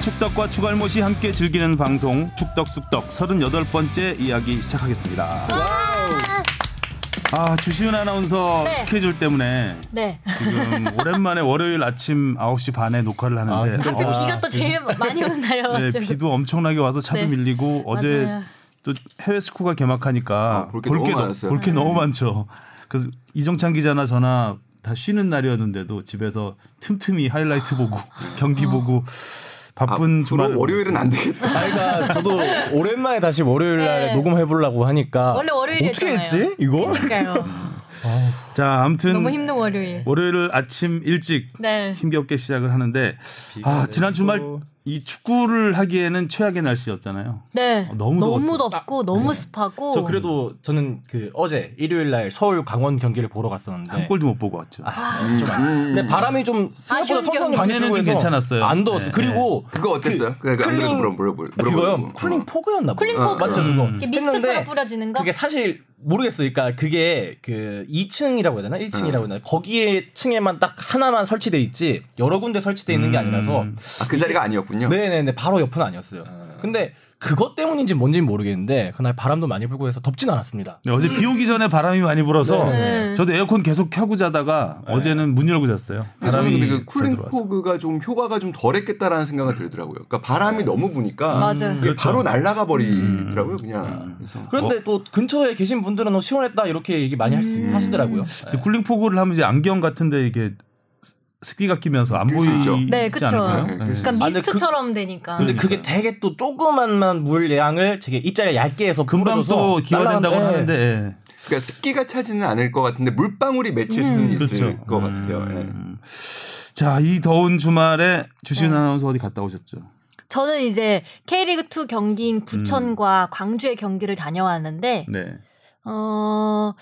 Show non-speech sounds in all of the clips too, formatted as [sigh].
축덕과 추갈못이 함께 즐기는 방송 축덕숙덕 38번째 이야기 시작하겠습니다. 아 주시은 아나운서 네. 스케줄 때문에 네. [laughs] 지금 오랜만에 월요일 아침 9시 반에 녹화를 아, 하는데 힘들다. 어우, 아, 비가 또 제일 많이 오는 네, 날이어가지고. 비도 엄청나게 와서 차도 네. 밀리고 어제 맞아요. 또 해외 스쿠가 개막하니까 아, 볼게 볼 게 너무 너- 많았어요. 네. 볼게 너무 많죠. 그래서 이정찬 기자나 저나 다 쉬는 날이었는데도 집에서 틈틈이 하이라이트 보고 경기 보고 바쁜 주말 뭐 주로 아. 월요일은 안 되겠다. 아니, 그러니까 저도 오랜만에 다시 월요일 날 네. 녹음해 보려고 하니까 원래 월요일이었잖아요. 어떻게 했지? 이거? 그러니까요. 자, 아무튼 너무 힘든 월요일. 월요일 아침 일찍 네. 힘겹게 시작을 하는데 아, 지난 주말 이 축구를 하기에는 최악의 날씨였잖아요. 네. 어, 너무 덥고 너무 습하고. 저 그래도 저는 그 어제 일요일 날 서울 강원 경기를 보러 갔었는데 네. 한 골도 못 보고 왔죠. 좀 아- 음. 근데 바람이 좀 생각보다 아쉬운 선선히 경기. 많이 방해는 좀 불고 해서 괜찮았어요. 안 더웠어. 네, 그리고 그거 어땠어요? 그, 그, 클링- 클링 물어 물어 물어. 그거요. 쿨링 포그였나 봐. 쿨링 포그. 음. 맞죠 그거. 이게 했는데 미스트처럼 뿌려지는 거? 그게 사실 모르겠어요. 그러니까 그게 그 2층이라고 해야 되나? 1층이라고 해야 되나? 거기에 층에만 딱 하나만 설치돼 있지 여러 군데 설치돼 있는 음. 게 아니라서 아, 그 자리가 아니었군요. 네네네 바로 옆은 아니었어요. 음. 근데 그것 때문인지 뭔지는 모르겠는데 그날 바람도 많이 불고 해서 덥진 않았습니다. 네, 어제 비 오기 전에 바람이 많이 불어서 네. 저도 에어컨 계속 켜고 자다가 어제는 문 열고 잤어요. 근데 저는 근데 네. 그 더 쿨링 들어와서. 포그가 좀 효과가 좀 덜했겠다라는 생각이 들더라고요. 그러니까 바람이 너무 부니까 맞아요. 이게 바로 날아가 버리더라고요, 그냥. 그래서 그런데 뭐? 또 근처에 계신 분들은 어, 시원했다 이렇게 얘기 많이 하시, 음. 더라고요 근데 쿨링 포구를 하면 이제 안경 같은데 이게 습기가 끼면서 안 낄수 있죠. 보이지 네, 그쵸. 않을까요? 네, 네. 낄수 그러니까 아, 근데 미스트처럼 되니까. 아, 근데 그게 되게 또 조그만만 물 양을 제게 입자를 얇게 해서 금방 또 풀어줘서 기화된다고 날아간- 예. 네. 하는데 예. 그러니까 습기가 차지는 않을 것 같은데 물방울이 음. 맺힐 수는 있을 그렇죠. 것 같아요. 예. 음. 자, 이 더운 주말에 네. 주신 아나운서 어디 갔다 오셨죠? 저는 이제 K리그2 경기인 부천과 광주의 경기를 다녀왔는데, 네. 어,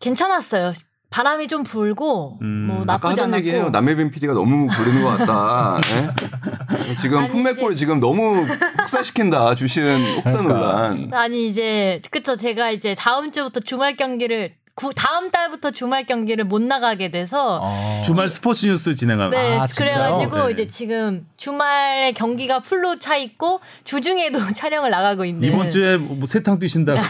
괜찮았어요. 바람이 좀 불고, 음, 뭐 아까 나쁘지 하던 않았고. 얘기예요. 남해빈 PD가 너무 부르는 것 같다. 예? 지금 아니, 품맥골 지금 너무 혹사시킨다. 주시는 혹사 논란. 아니 이제 그쵸 제가 이제 다음 주부터 주말 경기를 구- 다음 달부터 주말 경기를 못 나가게 돼서 어. 주말 스포츠 뉴스 진행하면 네 아, 진짜요? 그래가지고 네. 이제 지금 주말에 경기가 풀로 차 있고 주중에도 [laughs] 촬영을 나가고 있는 이번 주에 뭐 세탕 [laughs] 뛰신다고 네.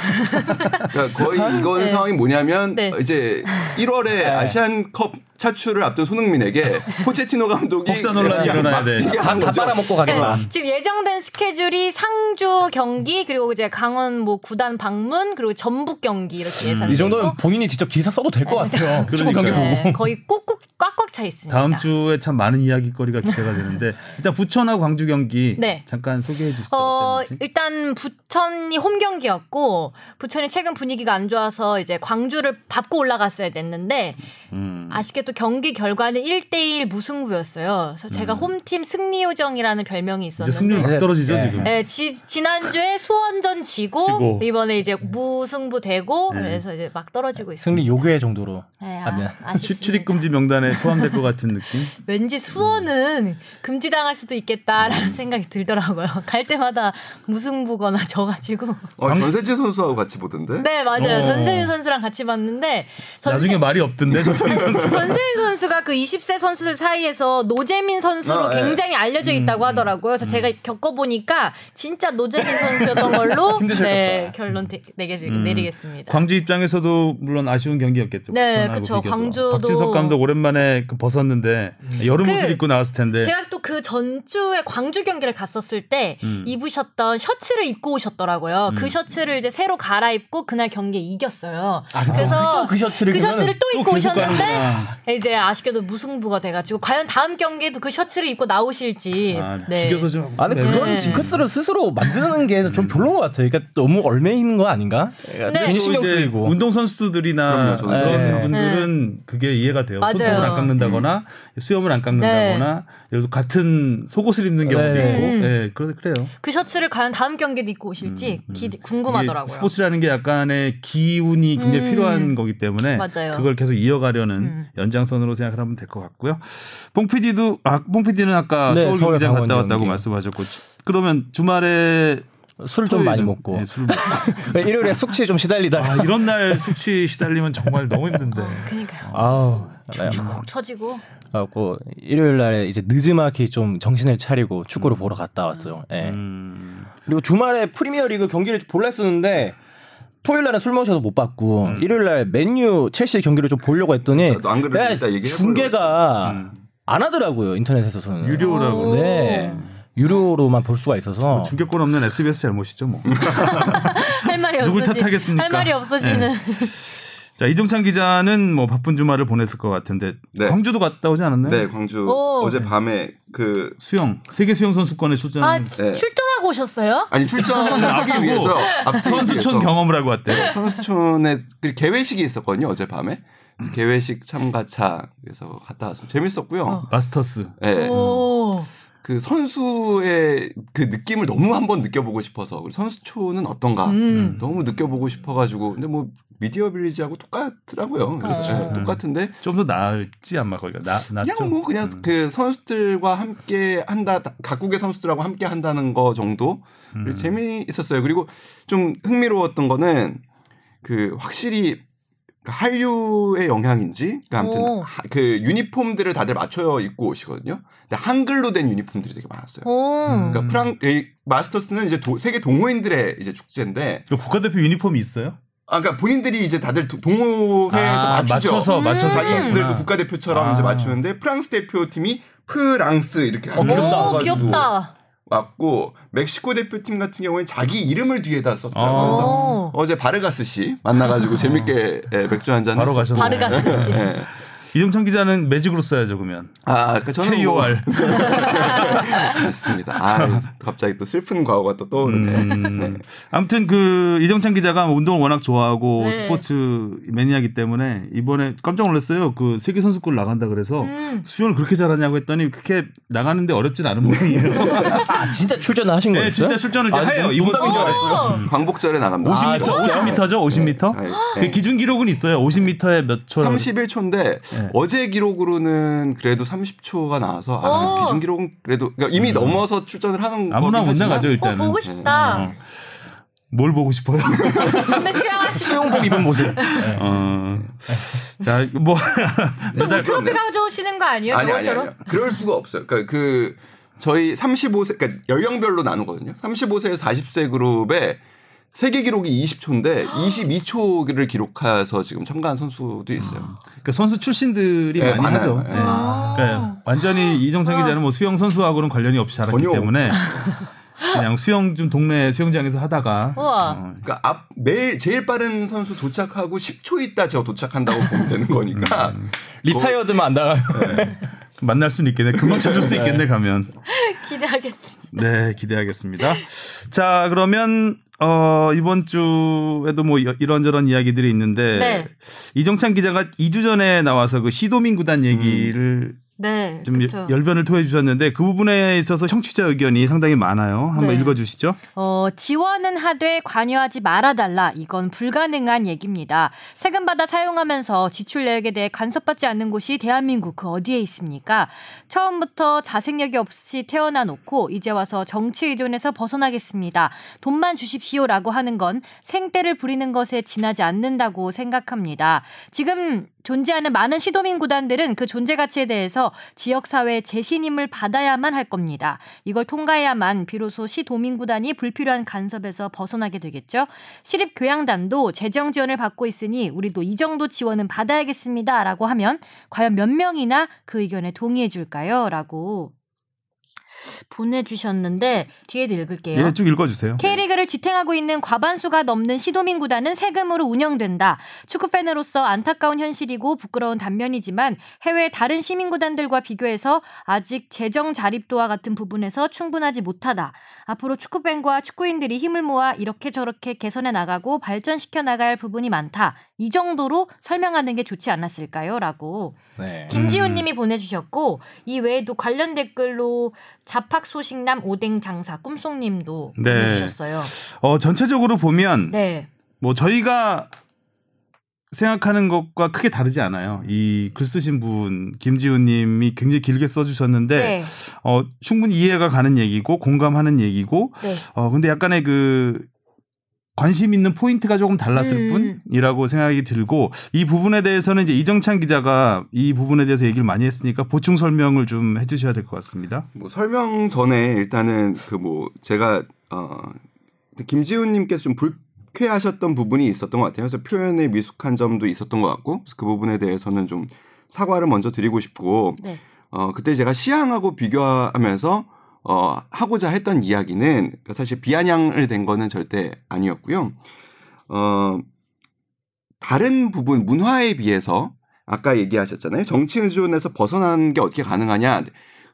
그러니까 거의 이건 상황이 뭐냐면 네. 이제 1월에 네. 아시안컵 차출을 앞둔 손흥민에게 [laughs] 포체티노 감독이 복사 논란이 그냥 일어나야 막 돼. 뛰게 다, 한 다 거죠. 빨아먹고 가겠다. 네, 지금 예정된 스케줄이 상주 경기 그리고 이제 강원 뭐 구단 방문 그리고 전북 경기 이렇게 예상 이 정도면 본인이 직접 기사 써도 될 것 같아요. 축구 경기 네. 그러니까요. 보고. 네, 거의 꾹꾹 꽉꽉 차 있습니다. 다음 주에 참 많은 이야기거리가 기대가 되는데 일단 부천하고 광주 경기 네. 잠깐 소개해 주시죠. 어, 어땠는지. 일단 부천이 홈 경기였고 부천이 최근 분위기가 안 좋아서 이제 광주를 밟고 올라갔어야 됐는데 음. 아쉽게 또 경기 결과는 1대1 무승부였어요. 그래서 제가 홈팀 승리 요정이라는 별명이 음. 이제 승률 있었는데 막 떨어지죠 네. [laughs] 지금. 예, 지, 지난주에 수원전 지고, 지고. 음. 이번에 이제 무승부 되고 그래서 이제 막 떨어지고 있습니다. 승리 요괴 정도로. 예, 아, 미안. 아, 쉽습니다 출입 금지 명단에 포함될 것 같은 느낌. 왠지 수원은 금지당할 수도 음. 있겠다라는 생각이 들더라고요. [laughs] 갈 때마다 무승부거나 져가지고. 어, 전세지 선수하고 같이 보던데. 네 맞아요 어. 전세인 선수랑 같이 봤는데 전세, 나중에 말이 네. 없던데 저 [laughs] 선수. 전세인 선수가 그 20세 선수들 사이에서 노재민 선수로 아, 네. 굉장히 알려져 있다고 하더라고요. 그래서 제가 겪어보니까 진짜 노재민 선수였던 걸로 [laughs] 네, 결론 되- 내게 내리겠습니다. 광주 입장에서도 물론 아쉬운 경기였겠죠. 네, 부천하고 그쵸. 비교해서. 광주도- 박진석 감독 오랜만에 그 벗었는데 여름 그- 옷을 입고 나왔을 텐데. 제가 또 그 전주에 광주 경기를 갔었을 때 입으셨던 셔츠를 입고 오셨더라고요. 그 셔츠를 이제 새로 갈아입고 그날 경기에 이겼어요. 그래서 또그 셔츠를 그러면은 또 또 입고 계속 오셨는데 가는구나. 이제 아쉽게도 무승부가 돼가지고 과연 다음 경기에도 그 셔츠를 입고 나오실지. 아, 네. 비교서 좀. 아, 근데 네. 음. 그런 네. 징크스를 스스로 만드는 게 좀 별로인 것 같아요. 그러니까 너무 얼매이는 거 아닌가? 괜히 신경 네. 이제 쓰이고. 운동 선수들이나 그럼요, 저는 그런 그래요. 그렇죠. 분들은 그게 이해가 돼요. 네. 맞아요. 음. 네. 손톱을 안 깎는다거나 수염을 안 깎는다거나 그래서 같은 속옷을 입는 경우도 네. 있고, 음. 예, 그래서 그래요. 그 셔츠를 과연 다음 경기에도 입고 오실지 기- 궁금하더라고요. 이게 스포츠라는 게 약간의 기운이 굉장히 음. 필요한 거기 때문에 맞아요. 그걸 계속 이어가려는 음. 연장선으로 생각하면 될 것 같고요. 봉 PD도 아봉 PD는 아까 네, 서울 서울 경기장 강원 갔다 왔다고 경기. 말씀하셨고 주- 그러면 주말에 술 좀 많이 토요일은- 먹고. 예, 술 먹고. 일요일에 숙취에 좀 시달리다가. 아, 어. 이런 날 숙취 시달리면 정말 너무 힘든데. 그러니까요. 아우. 푹 처지고. 그래갖고 일요일 날에 이제 늦지막히 좀 정신을 차리고 축구를 보러 갔다 왔죠. 예. 음. 그리고 주말에 프리미어리그 경기를 볼라 했었는데 토요일 날에 술 마셔서 못 봤고 음. 일요일 날 맨유 첼시 경기를 좀 보려고 했더니 나도 안 그래도 야, 이따 얘기해보려고 중계가 안 하더라고요 인터넷에서는 유료라고. 네 유료로만 볼 수가 있어서 아, 중계권 없는 SBS 잘못이죠 뭐. [laughs] 할 말이 없어지. 누굴 탓하겠습니까? 할 말이 없어지는. 자 이종찬 기자는 뭐 바쁜 주말을 보냈을 것 같은데 네. 광주도 갔다 오지 않았나요? 네, 광주 오. 어제 밤에 그 수영 세계 수영 선수권에 출전. 아 한 네. 출전하고 오셨어요? 아니 출전을 하기 앞두고 위해서 앞두기 선수촌 위해서 경험을 하고 왔대. 선수촌에 그 개회식이 있었거든요 어제 밤에 음. 개회식 참가차 그래서 갔다 왔습니다. 재밌었고요. 어. 마스터스. 예. 오. 그 선수의 그 느낌을 너무 한번 느껴보고 싶어서 그리고 선수촌은 어떤가 음. 너무 느껴보고 싶어가지고 근데 뭐 미디어 빌리지하고 똑같더라고요. 그래서 그렇죠. 예, 똑같은데 좀 더 나을지 아마 거기가 나 낫죠. 그냥 뭐 그냥 그 선수들과 함께 한다 각국의 선수들하고 함께 한다는 거 정도 재미있었어요. 그리고 좀 흥미로웠던 거는 그 확실히 그 한류의 영향인지 그 아무튼 오. 하- 그 유니폼들을 다들 맞춰 입고 오시거든요. 근데 한글로 된 유니폼들이 되게 많았어요. 오. 음. 그러니까 프랑 이 마스터스는 이제 도- 세계 동호인들의 이제 축제인데 그 국가대표 유니폼이 있어요? 아 그러니까 본인들이 이제 다들 도- 동호회에서 아, 맞추죠. 음. 맞춰서 맞춰서 자기들도 국가대표처럼 아. 이제 맞추는데 프랑스 대표팀이 프랑스 이렇게 어, 귀엽다. 그러니까 오, 귀엽다. 왔고 멕시코 대표팀 같은 경우에는 자기 이름을 뒤에다 아. 썼더라고요. 그래서 오. 어제 바르가스 씨 만나가지고 재밌게 예, 맥주 한잔 바로 가셨네. 바르가스 씨. 어, 예. 이종찬 기자는 매직으로 써야죠 그러면. 아, 그러니까 저는 뭐- KOR. 맞습니다. 아, 갑자기 또 슬픈 과거가 또 떠오르네. 음. 아무튼 그 이정찬 기자가 운동을 워낙 좋아하고 네. 스포츠 매니아이기 때문에 이번에 깜짝 놀랐어요. 그 세계 선수권 나간다 그래서 음. 수영을 그렇게 잘하냐고 했더니 그렇게 나가는데 [laughs] 어렵진 않은 모양이에요. 아, 진짜 출전을 하신 거예요? 네, 진짜 출전을 이제 해요. 이번 농담인 줄 주에. 알았어요. 광복절에 나갑니다. 아, 50m, 50m죠? 50m? 네. 그 기준 기록은 있어요. 50m에 몇 초? 31초인데 네. 어제 기록으로는 그래도 30초가 나와서 아, 그래도 어. 기준 기록은 그래도 그러니까 이미 넘어서 출전을 하는 음. 아무나 거긴 못 하지만 나가죠 어, 일단은. 보고 싶다. 뭘 보고 싶어요? 담배 수영하시고 수영복 입은 모습. 어. 자, 뭐 또 뭐 트로피 가져오시는 거 아니에요? 아니 아니 저번처럼? 아니. 그럴 수가 없어요. 그러니까 그 저희 35세 그러니까 연령별로 나누거든요. 35세에서 40세 그룹에 세계 기록이 20초인데 22초를 기록해서 지금 참가한 선수도 있어요. 그러니까 선수 출신들이 예, 많이 많아요. 하죠. 네. 예. 그러니까 완전히 아. 이정찬 기자는 뭐 수영 선수하고는 관련이 없이 자랐기 전혀 때문에 [laughs] 그냥 수영 좀 동네 수영장에서 하다가 우와. 어, 그러니까 앞 매일 제일 빠른 선수 도착하고 10초 있다 제가 도착한다고 보면 되는 거니까 음. 리타이어드만 안 나가요. 만날 수는 있겠네. 금방 찾을 수 있겠네 가면. 기대하겠습니다. 네, 기대하겠습니다. 자, 그러면 어, 이번 주에도 뭐 여- 이런저런 이야기들이 있는데 네. 이정찬 기자가 2주 전에 나와서 그 시도민 음. 구단 얘기를 네. 좀 그쵸. 열변을 토해 주셨는데 그 부분에 있어서 청취자 의견이 상당히 많아요. 한번 네. 읽어 주시죠. 어, 지원은 하되 관여하지 말아달라. 이건 불가능한 얘기입니다. 세금 받아 사용하면서 지출 내역에 대해 간섭받지 않는 곳이 대한민국 그 어디에 있습니까? 처음부터 자생력이 없이 태어나 놓고 이제 와서 정치 의존에서 벗어나겠습니다. 돈만 주십시오라고 하는 건 생떼를 부리는 것에 지나지 않는다고 생각합니다. 지금 존재하는 많은 시도민 구단들은 그 존재 가치에 대해서 지역 사회의 재신임을 받아야만 할 겁니다. 이걸 통과해야만 비로소 시도민 구단이 불필요한 간섭에서 벗어나게 되겠죠. 시립 교양단도 재정 지원을 받고 있으니 우리도 이 정도 지원은 받아야겠습니다라고 하면 과연 몇 명이나 그 의견에 동의해 줄까요?라고 보내주셨는데 뒤에도 읽을게요. 예, 쭉 읽어 주세요. K리그를 지탱하고 있는 과반수가 넘는 시도민 구단은 세금으로 운영된다. 축구팬으로서 안타까운 현실이고 부끄러운 단면이지만 해외 다른 시민 구단들과 비교해서 아직 재정 자립도와 같은 부분에서 충분하지 못하다. 앞으로 축구팬과 축구인들이 힘을 모아 이렇게 저렇게 개선해 나가고 발전시켜 나갈 부분이 많다. 이 정도로 설명하는 게 좋지 않았을까요? 라고 네. 김지훈 님이 보내주셨고 이 외에도 관련 댓글로 자팍 소식남 오뎅 장사 꿈송 님도 네. 보내주셨어요. 어, 전체적으로 보면 네. 뭐 저희가 생각하는 것과 크게 다르지 않아요. 이 글 쓰신 분 김지훈 님이 굉장히 길게 써 주셨는데 네. 어, 충분히 이해가 가는 얘기고 공감하는 얘기고 네. 어, 근데 약간의 그 관심 있는 포인트가 조금 달랐을 음. 뿐이라고 생각이 들고 이 부분에 대해서는 이제 이정찬 기자가 이 부분에 대해서 얘기를 많이 했으니까 보충 설명을 좀 해주셔야 될 것 같습니다. 뭐 설명 전에 일단은 그 뭐 제가 어 김지훈님께서 좀 불쾌하셨던 부분이 있었던 것 같아요. 그래서 표현에 미숙한 점도 있었던 것 같고 그래서 그 부분에 대해서는 좀 사과를 먼저 드리고 싶고 네. 어 그때 제가 시향하고 비교하면서 어 하고자 했던 이야기는 그러니까 사실 비아냥을 댄 거는 절대 아니었고요. 어 다른 부분 문화에 비해서 아까 얘기하셨잖아요. 정치 의존에서 벗어나는 게 어떻게 가능하냐.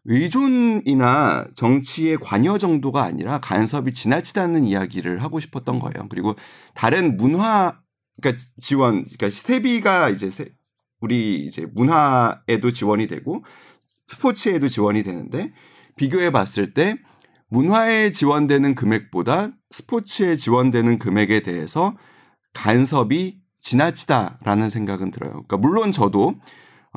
의존이나 정치의 관여 정도가 아니라 간섭이 지나치다는 이야기를 하고 싶었던 거예요. 그리고 다른 문화 그러니까 지원 그러니까 세비가 이제 세- 우리 이제 문화에도 지원이 되고 스포츠에도 지원이 되는데 비교해 봤을 때 문화에 지원되는 금액보다 스포츠에 지원되는 금액에 대해서 간섭이 지나치다라는 생각은 들어요. 그러니까 물론 저도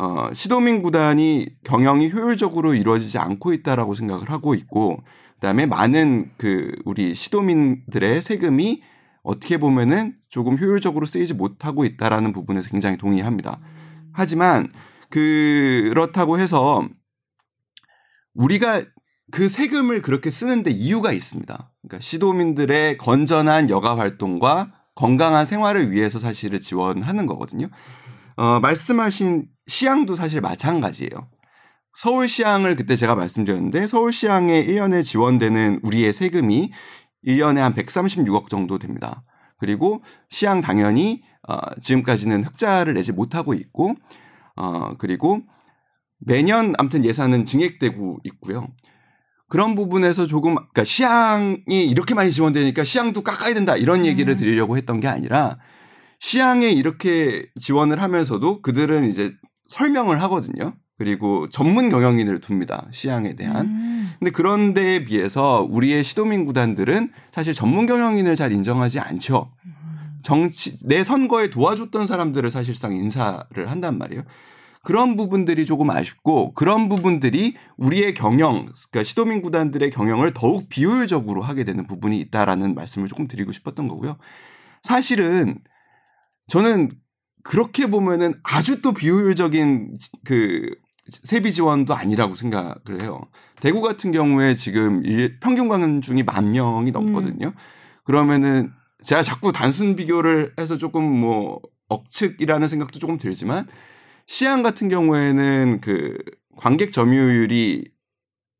어, 시도민 구단이 경영이 효율적으로 이루어지지 않고 있다라고 생각을 하고 있고 그다음에 많은 그 우리 시도민들의 세금이 어떻게 보면은 조금 효율적으로 쓰이지 못하고 있다라는 부분에서 굉장히 동의합니다. 하지만 그렇다고 해서 우리가 그 세금을 그렇게 쓰는데 이유가 있습니다. 그러니까 시도민들의 건전한 여가 활동과 건강한 생활을 위해서 사실을 지원하는 거거든요. 어, 말씀하신 시향도 사실 마찬가지예요. 서울 시향을 그때 제가 말씀드렸는데 서울 시향에 1년에 지원되는 우리의 세금이 1년에 한 136억 정도 됩니다. 그리고 시향 당연히 어, 지금까지는 흑자를 내지 못하고 있고 어, 그리고 매년 아무튼 예산은 증액되고 있고요. 그런 부분에서 조금 그러니까 시향이 이렇게 많이 지원되니까 시향도 깎아야 된다 이런 얘기를 드리려고 했던 게 아니라 시향에 이렇게 지원을 하면서도 그들은 이제 설명을 하거든요. 그리고 전문 경영인을 둡니다. 시향에 대한. 음. 근데 그런 데에 비해서 우리의 시도민 구단들은 사실 전문 경영인을 잘 인정하지 않죠. 정치 내 선거에 도와줬던 사람들을 사실상 인사를 한단 말이에요. 그런 부분들이 조금 아쉽고 그런 부분들이 우리의 경영, 그러니까 시도민 구단들의 경영을 더욱 비효율적으로 하게 되는 부분이 있다라는 말씀을 조금 드리고 싶었던 거고요. 사실은 저는 그렇게 보면은 아주 또 비효율적인 그 세비 지원도 아니라고 생각을 해요. 대구 같은 경우에 지금 일- 평균 관중이 만 명이 넘거든요. 그러면은 제가 자꾸 단순 비교를 해서 조금 뭐 억측이라는 생각도 조금 들지만 시안 같은 경우에는 그 관객 점유율이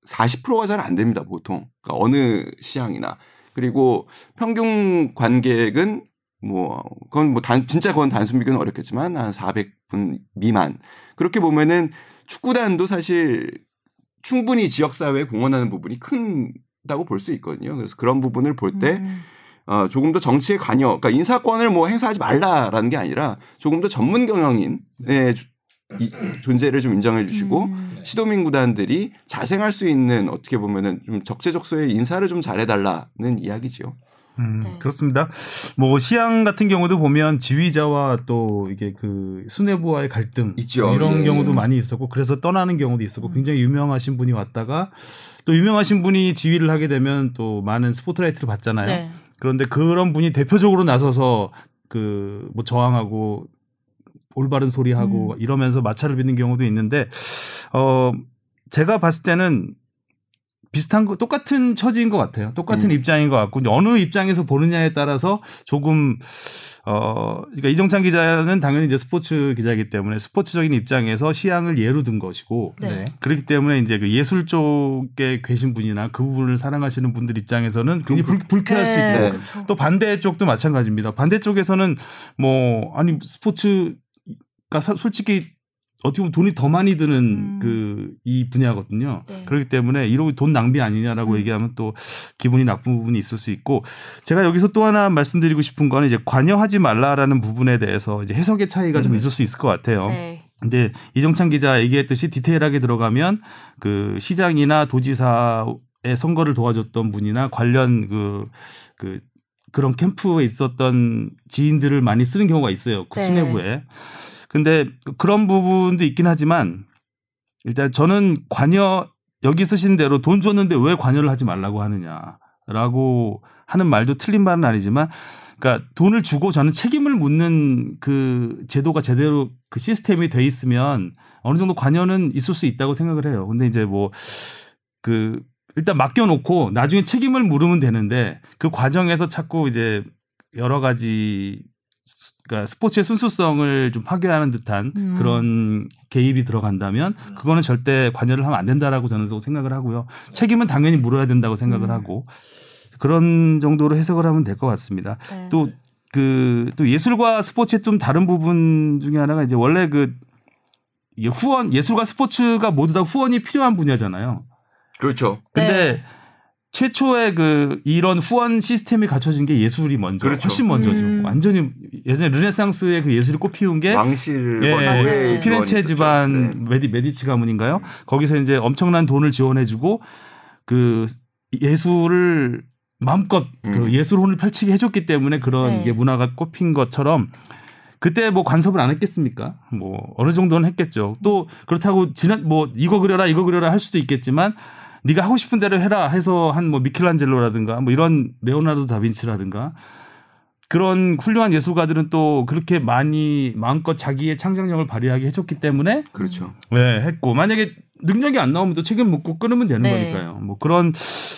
40%가 잘 안 됩니다, 보통. 그러니까 어느 시향이나. 그리고 평균 관객은 뭐 그건 뭐 단 진짜 그건 단순 비교는 어렵겠지만 한 400분 미만. 그렇게 보면은 축구단도 사실 충분히 지역 사회에 공헌하는 부분이 큰다고 볼 수 있거든요. 그래서 그런 부분을 볼때 음. 어, 조금 더 정치의 관여, 그러니까 인사권을 뭐 행사하지 말라라는 게 아니라 조금 더 전문 경영인의 조- 이- 존재를 좀 인정해 주시고 음. 시도민 구단들이 자생할 수 있는 어떻게 보면은 좀 적재적소에 인사를 좀 잘해달라는 이야기지요. 음, 네. 그렇습니다. 뭐 시향 같은 경우도 보면 지휘자와 또 이게 그 수뇌부와의 갈등 뭐 있죠. 이런 예. 경우도 많이 있었고 그래서 떠나는 경우도 있었고 굉장히 유명하신 분이 왔다가 또 유명하신 분이 지휘를 하게 되면 또 많은 스포트라이트를 받잖아요. 네. 그런데 그런 분이 대표적으로 나서서 그 뭐 저항하고 올바른 소리하고 이러면서 마찰을 빚는 경우도 있는데 어 제가 봤을 때는 비슷한 거 똑같은 처지인 것 같아요. 똑같은 음. 입장인 것 같고 근데 어느 입장에서 보느냐에 따라서 조금 어 그러니까 이정찬 기자는 당연히 이제 스포츠 기자이기 때문에 스포츠적인 입장에서 시향을 예로 든 것이고 네. 그렇기 때문에 이제 그 예술 쪽에 계신 분이나 그 부분을 사랑하시는 분들 입장에서는 굉장히 불, 불쾌할 수 네, 있고 그쵸. 또 반대 쪽도 마찬가지입니다. 반대 쪽에서는 뭐 아니 스포츠가 사- 솔직히 어떻게 보면 돈이 더 많이 드는 음. 그 이 분야거든요. 네. 그렇기 때문에 이러고 돈 낭비 아니냐라고 음. 얘기하면 또 기분이 나쁜 부분이 있을 수 있고 제가 여기서 또 하나 말씀드리고 싶은 거는 이제 관여하지 말라라는 부분에 대해서 이제 해석의 차이가 좀 있을 수 있을 것 같아요. 음. 네. 근데 이정찬 기자 얘기했듯이 디테일하게 들어가면 그 시장이나 도지사의 선거를 도와줬던 분이나 관련 그, 그 그런 캠프에 있었던 지인들을 많이 쓰는 경우가 있어요. 그 네. 수뇌부에. 근데 그런 부분도 있긴 하지만 일단 저는 관여 여기 쓰신 대로 돈 줬는데 왜 관여를 하지 말라고 하느냐라고 하는 말도 틀린 말은 아니지만 그러니까 돈을 주고 저는 책임을 묻는 그 제도가 제대로 그 시스템이 돼 있으면 어느 정도 관여는 있을 수 있다고 생각을 해요. 근데 이제 뭐 그 일단 맡겨놓고 나중에 책임을 물으면 되는데 그 과정에서 자꾸 이제 여러 가지 스- 그러니까 스포츠의 순수성을 좀 파괴하는 듯한 음. 그런 개입이 들어간다면 그거는 절대 관여를 하면 안 된다라고 저는 또 생각을 하고요. 책임은 당연히 물어야 된다고 생각을 음. 하고 그런 정도로 해석을 하면 될 것 같습니다. 네. 또 그, 또 예술과 스포츠의 좀 다른 부분 중에 하나가 이제 원래 그 이게 후원, 예술과 스포츠가 모두 다 후원이 필요한 분야잖아요. 그렇죠. 근데 네. 최초의 그 이런 후원 시스템이 갖춰진 게 예술이 먼저, 그렇죠. 훨씬 먼저죠. 음. 완전히 예전에 르네상스의 그 예술이 꽃피운 게 왕실 예, 뭐 노예 예, 피렌체 지원이 집안 있었죠. 네. 음. 메디, 메디치 가문인가요? 거기서 이제 엄청난 돈을 지원해주고 그 예술을 마음껏 그 음. 예술혼을 펼치게 해줬기 때문에 그런 네. 이게 문화가 꼽힌 것처럼 그때 뭐 간섭을 안 했겠습니까? 뭐 어느 정도는 했겠죠. 또 그렇다고 지난 뭐 이거 그려라 이거 그려라 할 수도 있겠지만 네가 하고 싶은 대로 해라 해서 한 뭐 미켈란젤로라든가 뭐 이런 레오나르도 다빈치라든가 그런 훌륭한 예술가들은 또 그렇게 많이 마음껏 자기의 창작력을 발휘하게 해줬기 때문에 네. 그렇죠. 네, 했고 만약에 능력이 안 나오면 또 책임 묻고 끊으면 되는 네. 거니까요. 뭐 그런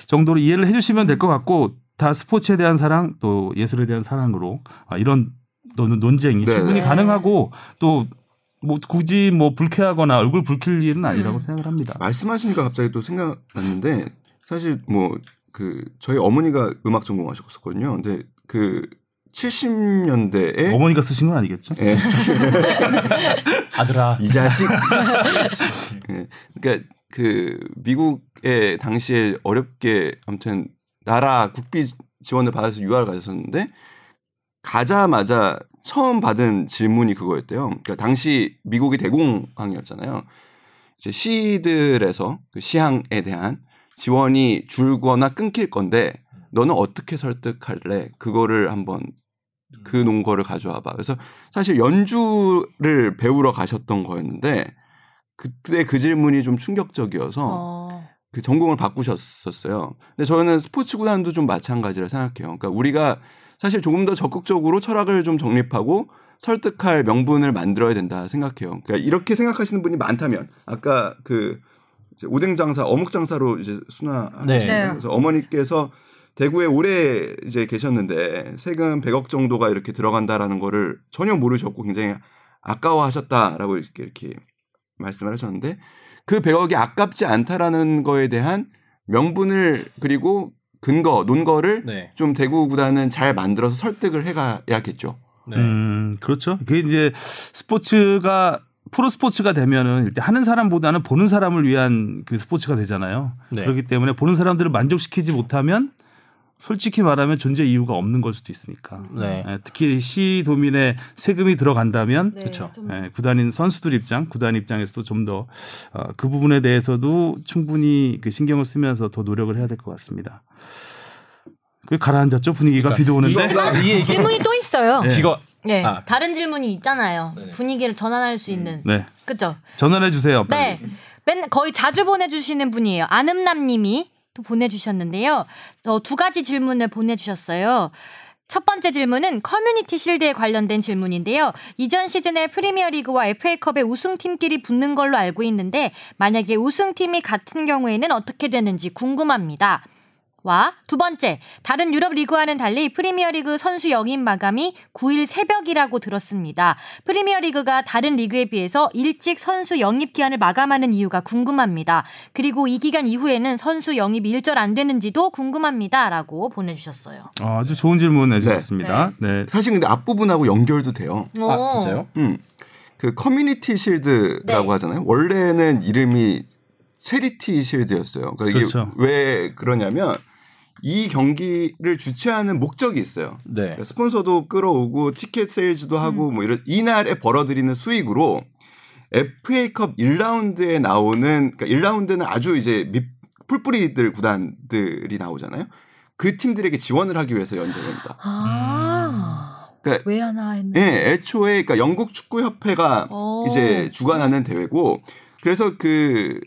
정도로 이해를 해주시면 될 것 같고 다 스포츠에 대한 사랑 또 예술에 대한 사랑으로 아, 이런 논, 논쟁이 네. 충분히 네. 가능하고 또 뭐 굳이 뭐 불쾌하거나 얼굴 붉힐 일은 아니라고 음. 생각을 합니다. 말씀하시니까 갑자기 또 생각났는데 사실 뭐 그 저희 어머니가 음악 전공하셨었거든요. 근데 그 70년대에 어머니가 쓰신 건 아니겠죠? 예. [laughs] 아들아. 이 자식. 예. [laughs] 그러니까 그 미국에 당시에 어렵게 아무튼 나라 국비 지원을 받아서 유학을 가셨었는데 가자마자 처음 받은 질문이 그거였대요. 그러니까 당시 미국이 대공황이었잖아요. 이제 시들에서 그 시향에 대한 지원이 줄거나 끊길 건데 너는 어떻게 설득할래? 그거를 한번 그 논거를 가져와봐. 그래서 사실 연주를 배우러 가셨던 거였는데 그때 그 질문이 좀 충격적이어서 어. 그 전공을 바꾸셨었어요. 근데 저는 스포츠 구단도 좀 마찬가지라 생각해요. 그러니까 우리가 사실 조금 더 적극적으로 철학을 좀 정립하고 설득할 명분을 만들어야 된다 생각해요. 그러니까 이렇게 생각하시는 분이 많다면 아까 그 이제 오뎅 장사, 어묵 장사로 이제 순화 네. 네. 그래서 어머니께서 대구에 오래 이제 계셨는데 세금 100억 정도가 이렇게 들어간다라는 거를 전혀 모르셨고 굉장히 아까워하셨다라고 이렇게, 이렇게 말씀을 하셨는데 그 100억이 아깝지 않다라는 거에 대한 명분을 그리고 근거 논거를 네. 좀 대구 구단은 잘 만들어서 설득을 해가야겠죠. 네. 음, 그렇죠. 그게 이제 스포츠가 프로 스포츠가 되면은 일단 하는 사람보다는 보는 사람을 위한 그 스포츠가 되잖아요. 네. 그렇기 때문에 보는 사람들을 만족시키지 못하면 솔직히 말하면 존재 이유가 없는 걸 수도 있으니까. 네. 예, 특히 시도민의 세금이 들어간다면 네, 그쵸. 좀 예, 구단인 선수들 입장, 구단 입장에서도 좀 더 그 부분에 대해서도 충분히 그 신경을 쓰면서 더 노력을 해야 될 것 같습니다. 그 가라앉았죠 분위기가 그러니까. 비도 오는데. 아, 이게 이게 질문이 또 있어요. 네. 이거 아. 다른 질문이 있잖아요. 네네. 분위기를 전환할 수 있는. 네. 그죠? 전화를 해주세요. 빨리. 네. 맨 거의 자주 보내주시는 분이에요. 아늠남님이 또 보내주셨는데요. 어, 두 가지 질문을 보내주셨어요. 첫 번째 질문은 커뮤니티 실드에 관련된 질문인데요. 이전 시즌에 프리미어리그와 FA컵의 우승팀끼리 붙는 걸로 알고 있는데 만약에 우승팀이 같은 경우에는 어떻게 되는지 궁금합니다. 와, 두 번째, 다른 유럽 리그와는 달리 프리미어리그 선수 영입 마감이 9일 새벽이라고 들었습니다. 프리미어리그가 다른 리그에 비해서 일찍 선수 영입 기한을 마감하는 이유가 궁금합니다. 그리고 이 기간 이후에는 선수 영입이 일절 안 되는지도 궁금합니다라고 보내주셨어요. 아, 아주 좋은 질문 해주셨습니다. 네. 사실 근데 앞부분하고 연결도 돼요. 네. 아, 어. 진짜요? 음. 그 커뮤니티 실드라고 네. 하잖아요. 원래는 이름이 체리티 실드였어요. 그러니까 그렇죠. 이게 왜 그러냐면 이 경기를 주최하는 목적이 있어요. 네. 그러니까 스폰서도 끌어오고 티켓 세일즈도 하고 뭐 이런 이날에 벌어들이는 수익으로 FA컵 1라운드에 나오는 그러니까 1라운드는 아주 이제 밑 풀뿌리들 구단들이 나오잖아요. 그 팀들에게 지원을 하기 위해서 연동했다. 아, 그러니까 왜 하나 어. 했는데. 예, 애초에 그러니까 영국 축구 협회가 오. 이제 주관하는 대회고 그래서 그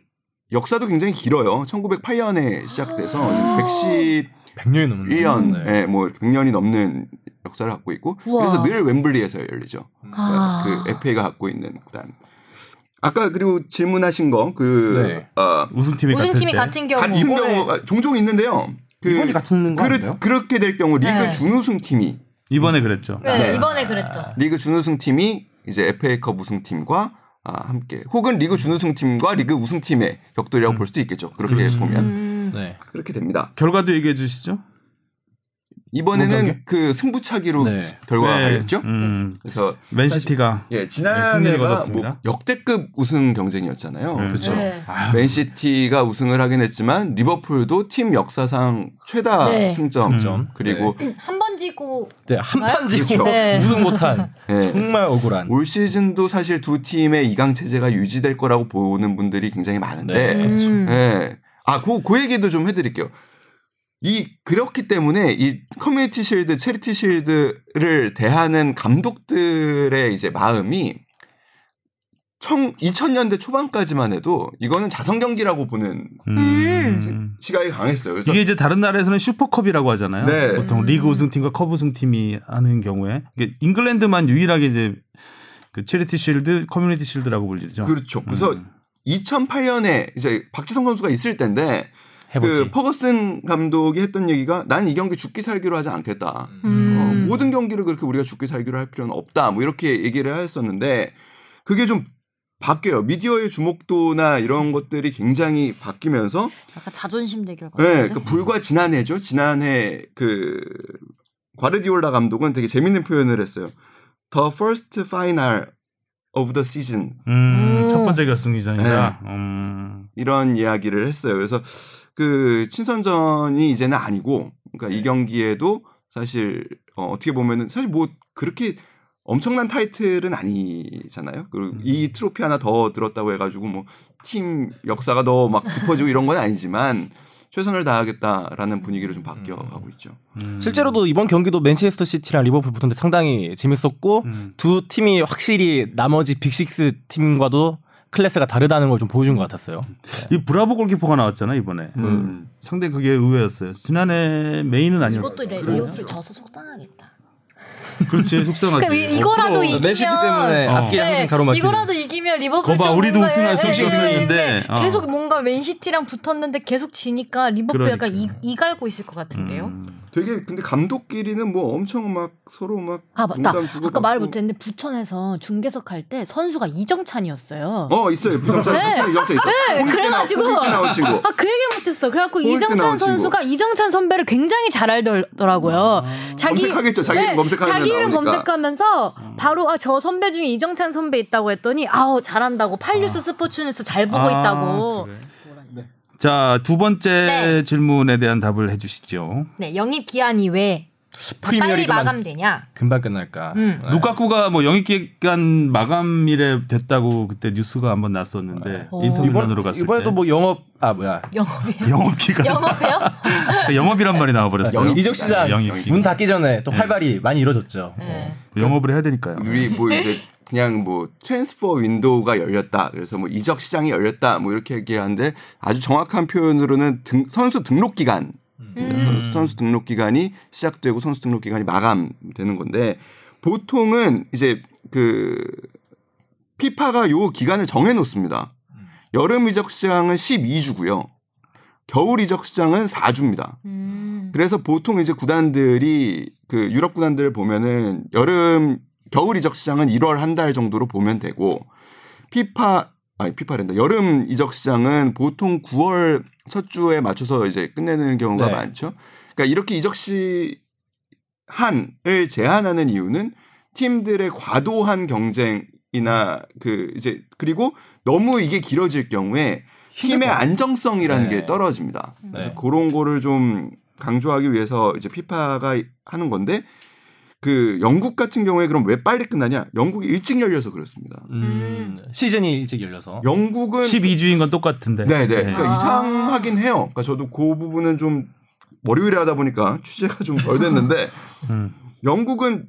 역사도 굉장히 길어요. 1908년에 시작돼서 지금 아. 110 100년이 넘는 1년, 거예요. 예, 뭐 100년이 넘는 역사를 갖고 있고 우와. 그래서 늘 웸블리에서 열리죠. 음. 아. 그 FA가 갖고 있는 구단. 아까 그리고 질문하신 거 그 네. 어, 우승팀이 같을 우승팀이 때. 같은 경우 같은 이번에- 경우 가 종종 있는데요. 그 이번이 같은 거 아닌가요? 그렇, 그렇게 될 경우 리그 네. 준우승 팀이 이번에 그랬죠. 네, 네. 이번에 그랬죠. 리그 준우승 팀이 이제 FA컵 우승 팀과 아, 함께 혹은 리그 준우승 팀과 리그 우승 팀의 음. 격돌이라고 볼 수도 있겠죠. 그렇게 그렇지. 보면 음. 네. 그렇게 됩니다. 결과도 얘기해 주시죠. 이번에는 뭔가요? 그 승부차기로 네. 결과가 갈렸죠. 음. 그래서 맨시티가 승리를 예, 지난해가 거뒀습니다. 뭐 역대급 우승 경쟁이었잖아요. 네. 그렇죠. 네. 아, 맨시티가 우승을 하긴 했지만 리버풀도 팀 역사상 최다 네. 승점, 승점. 그리고 한 번 지고 음, 네, 한판 지고 그렇죠. 네. [laughs] 우승 못한 네. 정말 억울한. 올 시즌도 사실 두 팀의 이강 체제가 유지될 거라고 보는 분들이 굉장히 많은데 네. 음. 예. 아, 그, 그 얘기도 좀 해드릴게요. 이, 그렇기 때문에 이 커뮤니티 실드, 체리티 실드를 대하는 감독들의 이제 마음이 청, 2000년대 초반까지만 해도 이거는 자선 경기라고 보는 음. 시각이 강했어요. 그래서 이게 이제 다른 나라에서는 슈퍼컵이라고 하잖아요. 네. 보통 음. 리그 우승팀과 컵 우승팀이 하는 경우에 이게 잉글랜드만 유일하게 이제 그 체리티 실드, 커뮤니티 실드라고 불리죠. 음. 그렇죠. 그래서 2008년에 이제 박지성 선수가 있을 때인데 해보지. 그 퍼거슨 감독이 했던 얘기가 난 이 경기 죽기 살기로 하지 않겠다. 음. 어, 모든 경기를 그렇게 우리가 죽기 살기로 할 필요는 없다. 뭐 이렇게 얘기를 했었는데 그게 좀 바뀌어요. 미디어의 주목도나 이런 것들이 굉장히 바뀌면서 약간 자존심 대결 같은. 네, 그 불과 지난해죠. 지난해 그 과르디올라 감독은 되게 재밌는 표현을 했어요. The first final of the season 음, 오. 첫 번째 결승이잖아요. 네. 음. 이런 이야기를 했어요. 그래서 그 친선전이 이제는 아니고, 그러니까 이 경기에도 사실 어, 어떻게 보면은 사실 뭐 그렇게 엄청난 타이틀은 아니잖아요. 그리고 이 트로피 하나 더 들었다고 해가지고 뭐 팀 역사가 더 막 깊어지고 이런 건 아니지만 최선을 다하겠다라는 분위기로 좀 바뀌어가고 있죠. 음. 실제로도 이번 경기도 맨체스터 시티랑 리버풀 붙었는데 상당히 재밌었고 음. 두 팀이 확실히 나머지 빅식스 팀과도 클래스가 다르다는 걸 좀 보여준 것 같았어요. 이 브라보 골키퍼가 나왔잖아 이번에. 음. 상대 그게 의외였어요. 지난해 메인은 아니었고. 이것도 레- 그렇죠. 리버풀 져서 속상하겠다. 그렇지 속상하지. 그러니까 네. 이, 거라도 어, 이기면 앞길에 네, 이거라도 이기면 리버풀 거봐, 좀 우리도 뭔가 우승할 수 예, 없이 예, 우승했는데, 예. 어. 계속 뭔가 맨시티랑 붙었는데 계속 지니까 리버풀 약간 이, 그러니까요. 이갈고 있을 것 같은데요. 음. 되게 근데 감독끼리는 뭐 엄청 막 서로 막 아 맞다. 농담 주고 아까 말을 받고. 못했는데 부천에서 중계석 할 때 선수가 이정찬이었어요. 어 있어요 부상자 네. 부상 이정자 있어. 네, 그래가지고. 나온 친구. 아 그 얘기를 못했어. 그래갖고 골대 나온 이정찬 친구. 선수가 이정찬 선배를 굉장히 잘 알더라고요. 자기 네, 검색하겠죠. 자기 이름 검색하면 자기 이름 나오니까. 검색하면서 바로 아 저 선배 중에 이정찬 선배 있다고 했더니 아우 잘한다고 팔뉴스 스포츠뉴스 잘 보고 아, 있다고. 그래. 자두 번째 네. 질문에 대한 답을 해주시죠. 네 영입 기한이 왜 빨리 프리미어리그만 마감되냐? 금방 끝날까. 음. 네. 누카쿠가 뭐 영입 기간 마감일에 됐다고 그때 뉴스가 한번 네. 났었는데 어. 인터밀런으로 이번, 갔을 이번에도 때 뭐 영업 아 뭐야 [laughs] 영업이 영업 기간 영업해요? [laughs] 영업이란 말이 나와버렸어요. 영입 이적 시장 영입 기간. 뭐 문 닫기 전에 또 활발히 많이 이루어졌죠. 네. 영업을 해야 되니까요. 우리 뭐 이제 그냥 뭐 트랜스퍼 윈도우가 열렸다. 그래서 뭐 이적 시장이 열렸다. 뭐 이렇게 얘기하는데 아주 정확한 표현으로는 등- 선수 등록 기간. 음. 음. 선- 선수 등록 기간이 시작되고 선수 등록 기간이 마감되는 건데 보통은 이제 그 피파가 요 기간을 정해 놓습니다. 여름 이적 시장은 12주고요. 겨울 이적 시장은 4주입니다. 음. 그래서 보통 이제 구단들이 그 유럽 구단들을 보면은 여름 겨울 이적 시장은 1월 한 달 정도로 보면 되고 피파 아니 피파랜다 여름 이적 시장은 보통 9월 첫 주에 맞춰서 이제 끝내는 경우가 네. 많죠. 그러니까 이렇게 이적 시 한을 제한하는 이유는 팀들의 과도한 경쟁이나 그 이제 그리고 너무 이게 길어질 경우에 팀의 안정성이라는 네. 게 떨어집니다. 그래서 네. 그런 거를 좀 강조하기 위해서 이제 피파가 하는 건데 그 영국 같은 경우에 그럼 왜 빨리 끝나냐? 영국이 일찍 열려서 그렇습니다. 음, 시즌이 일찍 열려서 영국은 12주인 건 똑같은데. 네네. 그러니까 아. 이상하긴 해요. 그러니까 저도 그 부분은 좀 월요일에 하다 보니까 취재가 좀 덜 됐는데 음. 영국은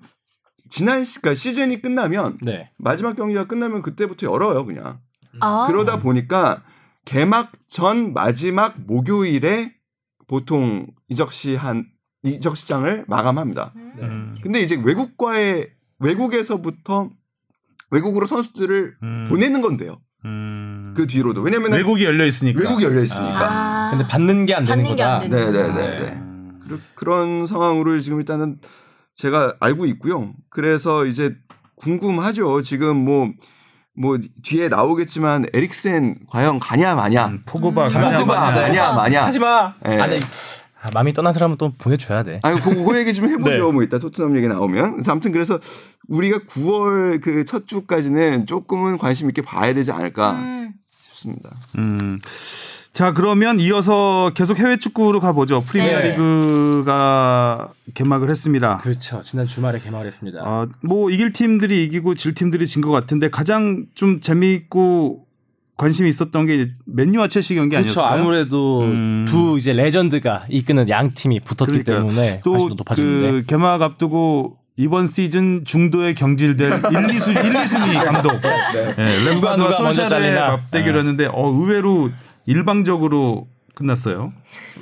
지난 시, 그러니까 시즌이 끝나면 네. 마지막 경기가 끝나면 그때부터 열어요 그냥. 아 그러다 보니까 개막 전 마지막 목요일에 보통 이적 시한 이적 시장을 마감합니다. 음. 음. 근데 이제 외국과의 외국에서부터 외국으로 선수들을 음. 보내는 건데요. 음. 그 뒤로도 왜냐면 은 외국이 열려 있으니까. 외국이 열려 있으니까. 아. 근데 받는 게 안 되는 받는 게 거다. 안 되는 네네네. 거구나. 아, 네. 음, 그, 런 상황으로 지금 일단은 제가 알고 있고요. 그래서 이제 궁금하죠. 지금 뭐 뭐 뒤에 나오겠지만 에릭센 과연 가냐 마냐. 음, 포그바 음. 가냐 누가 마냐. 가냐. 마냐 마냐. 하지 마. 예. 아니 아, 마음이 떠난 사람은 또 보내줘야 돼. 아니 그거 [laughs] 그 얘기 좀 해보죠. 네. 뭐 이따 토트넘 얘기 나오면. 그래서 아무튼 그래서 우리가 9월 그 첫 주까지는 조금은 관심 있게 봐야 되지 않을까 음. 싶습니다. 음. 자 그러면 이어서 계속 해외 축구로 가보죠. 네. 프리미어리그가 개막을 했습니다. 그렇죠. 지난 주말에 개막을 했습니다. 아, 뭐 이길 팀들이 이기고 질 팀들이 진 것 같은데 가장 좀 재미있고 관심이 있었던 게 이제 맨유와 첼시 경기 그렇죠. 아니었을까요? 아무래도 음. 두 이제 레전드가 이끄는 양 팀이 붙었기 그러니까요. 때문에 관심도 높아졌는데. 또그 개막 앞두고 이번 시즌 중도에 [laughs] 경질된 1, 2순 1, 2순위 감독 네, 램파드와 누가 먼저 솔샤의 잘리나. 네. 맞대결이었는데 어, 의외로 일방적으로 끝났어요.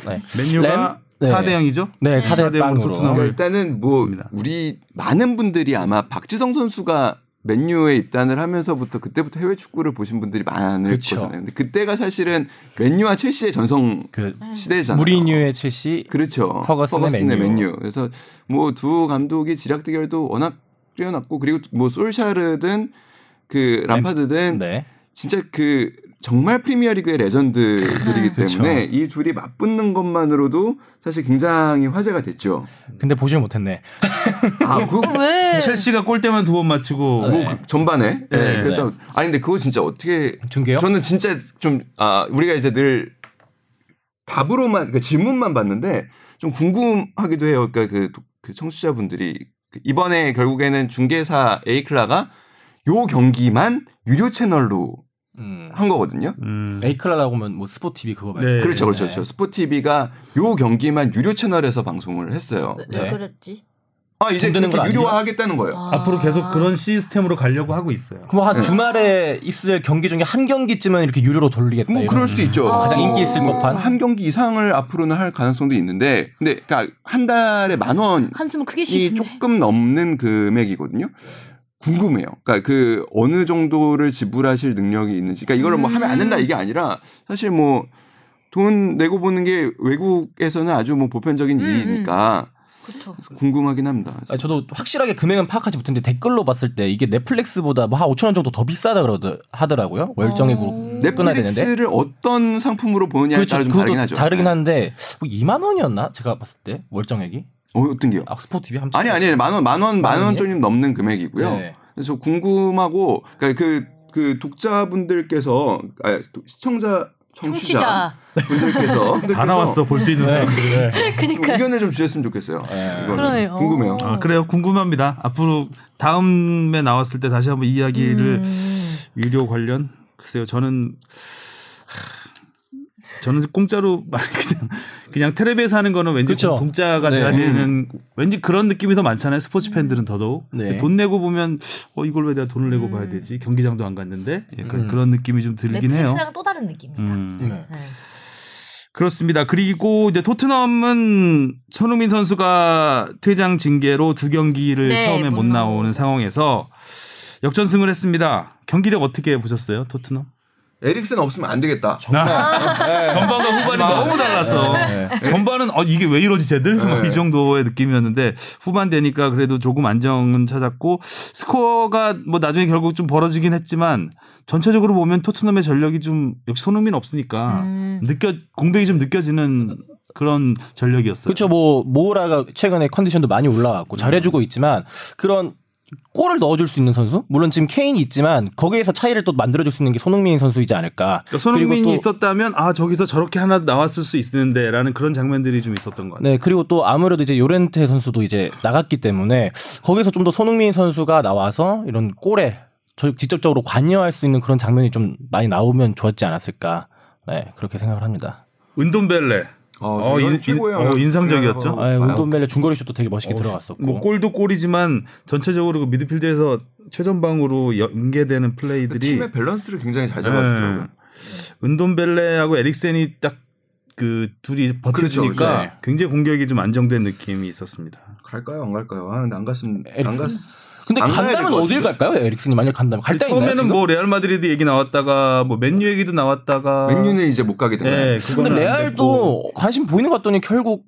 네. 맨유가 램? 네. 4대 0이죠? 네, 4대 빵으로. 토트넘을 일단은 뭐 맞습니다. 우리 많은 분들이 아마 박지성 선수가 맨유에 입단을 하면서부터 그때부터 해외 축구를 보신 분들이 많을 그쵸. 거잖아요. 근데 그때가 사실은 맨유와 첼시의 전성 그 음. 시대잖아요. 무리뉴의 첼시 그렇죠. 퍼거슨의 맨유. 그래서 뭐 두 감독이 지략 대결도 워낙 뛰어났고 그리고 뭐 솔샤르든 그 람파드든 네. 진짜 그 정말 프리미어리그의 레전드들이기 [laughs] 그쵸. 때문에 이 둘이 맞붙는 것만으로도 사실 굉장히 화제가 [laughs] 됐죠. 근데 보질 못했네. 아, 그 왜? 첼시가 골대만 두 번 맞추고 네. 그 전반에. 예. 네, 그랬다. 아니 근데 그거 진짜 어떻게 중계요? 저는 진짜 좀 아 우리가 이제 늘 답으로만 그러니까 질문만 봤는데 좀 궁금하기도 해요. 그러니까 그, 그 청취자분들이 그 이번에 결국에는 중개사 에이클라가 요 경기만 유료 채널로 음. 한 거거든요. 음. 에이클라라고 하면 뭐 스포티비 그거 말고. 네. 그렇죠, 그렇죠, 그렇죠. 스포티비가 요 경기만 유료 채널에서 방송을 했어요. 왜, 네. 왜 그랬지? 아 이제 돈 드는 그렇게 건 유료화하겠다는 거예요. 아. 앞으로 계속 그런 시스템으로 가려고 하고 있어요. 그럼 네. 한 주말에 있을 경기 중에 한 경기쯤은 이렇게 유료로 돌리겠다. 뭐 네, 이런. 그럴 수 있죠. 아. 가장 인기 있을 뭐 법한. 한 경기 이상을 앞으로는 할 가능성도 있는데, 근데 그러니까 한 달에 만 원이 한숨을 크게 쉬네. 조금 넘는 금액이거든요. 궁금해요. 그러니까 그 어느 정도를 지불하실 능력이 있는지. 그러니까 이걸 뭐 음. 하면 안 된다 이게 아니라 사실 뭐 돈 내고 보는 게 외국에서는 아주 뭐 보편적인 음, 일이니까 그렇죠. 궁금하긴 합니다. 음. 아, 저도 확실하게 금액은 파악하지 못했는데 댓글로 봤을 때 이게 넷플릭스보다 뭐 한 5천 원 정도 더 비싸다 그러더 하더라고요. 뭐 월정액으로 끊어야 되는데. 그렇죠. 넷플릭스를 어떤 상품으로 보느냐에 따라 좀 그것도 다르긴 하죠. 다르긴 네. 한데 뭐 2만 원이었나? 제가 봤을 때 월정액이. 어, 어떤 게요? 아, 스포티비 한 아니 아니 만 원 만 원 만 원 조금 넘는 금액이고요. 네. 그래서 궁금하고 그러니까 그, 그 독자분들께서 아 시청자 청취자 청취자. [laughs] 분들께서 다 나왔어 볼 수 있는 사람들. 좀 그니까. 의견을 좀 주셨으면 좋겠어요. 네. 이거는. 그러네요. 궁금해요. 아, 그래요. 궁금합니다. 앞으로 다음에 나왔을 때 다시 한번 이야기를 음. 유료 관련 글쎄요. 저는 하, 저는 공짜로 [laughs] 말 그냥 그냥 텔레비에서 하는 거는 왠지 그쵸. 공짜가 돼야 네. 되는 왠지 그런 느낌이 더 많잖아요. 스포츠 음. 팬들은 더더욱 네. 돈 내고 보면 어 이걸 왜 내가 돈을 내고 봐야 되지? 경기장도 안 갔는데 약간 음. 그런 느낌이 좀 들긴 해요. 음. 넷플릭스랑 네, 또 다른 느낌이다. 음. 네. 네. 그렇습니다. 그리고 이제 토트넘은 손흥민 선수가 퇴장 징계로 두 경기를 네, 처음에 못 못 나오고. 나오는 상황에서 역전승을 했습니다. 경기력 어떻게 보셨어요, 토트넘? 에릭슨 없으면 안 되겠다. 아, 전반과 후반이 너무 달라서 네, 전반은 어, 이게 왜 이러지 쟤들 뭐이 정도의 느낌이었는데 후반 되니까 그래도 조금 안정은 찾았고 스코어가 뭐 나중에 결국 좀 벌어지긴 했지만 전체적으로 보면 토트넘의 전력이 좀 역시 손흥민 없으니까 음. 느껴 공백이 좀 느껴지는 그런 전력이었어요. 그렇죠. 뭐 모라가 최근에 컨디션도 많이 음. 올라왔고 잘해주고 있지만 그런 골을 넣어줄 수 있는 선수 물론 지금 케인이 있지만 거기에서 차이를 또 만들어줄 수 있는 게 손흥민 선수이지 않을까. 그러니까 손흥민이 그리고 또- 있었다면 아 저기서 저렇게 하나 나왔을 수 있는데라는 그런 장면들이 좀 있었던 것 같아요. 네 그리고 또 아무래도 이제 요렌테 선수도 이제 나갔기 때문에 거기서 좀 더 손흥민 선수가 나와서 이런 골에 저- 직접적으로 관여할 수 있는 그런 장면이 좀 많이 나오면 좋았지 않았을까. 네 그렇게 생각을 합니다. 은돈벨레. 어, 이건 인- 최고예요. 네, 인- 어, 인상적이었죠. 아, 운동벨레 중거리 슛도 되게 멋있게 어, 들어갔었고. 뭐 골도 골이지만 전체적으로 그 미드필드에서 최전방으로 연계되는 그렇죠. 플레이들이 팀의 밸런스를 굉장히 잘 네. 잡아주더라고요. 은돈벨레하고 에릭센이 딱 그 둘이 버텨주니까 그렇죠, 그렇죠. 굉장히 공격이 좀 안정된 느낌이 있었습니다. 갈까요? 안 갈까요? 아, 근데 안 갔으면 안 에릭슨? 갔. 근데 안 가야 간다면 될것 어딜 갈까요? 에릭슨이 만약 간다면 갈 데가 있나요? 처음에는 지금? 뭐 레알 마드리드 얘기 나왔다가 뭐 맨유 얘기도 나왔다가 맨유는 이제 못 가게 되네. 예, 요 그거는 안 근데 됐고. 레알도 관심 보이는 것 같더니 결국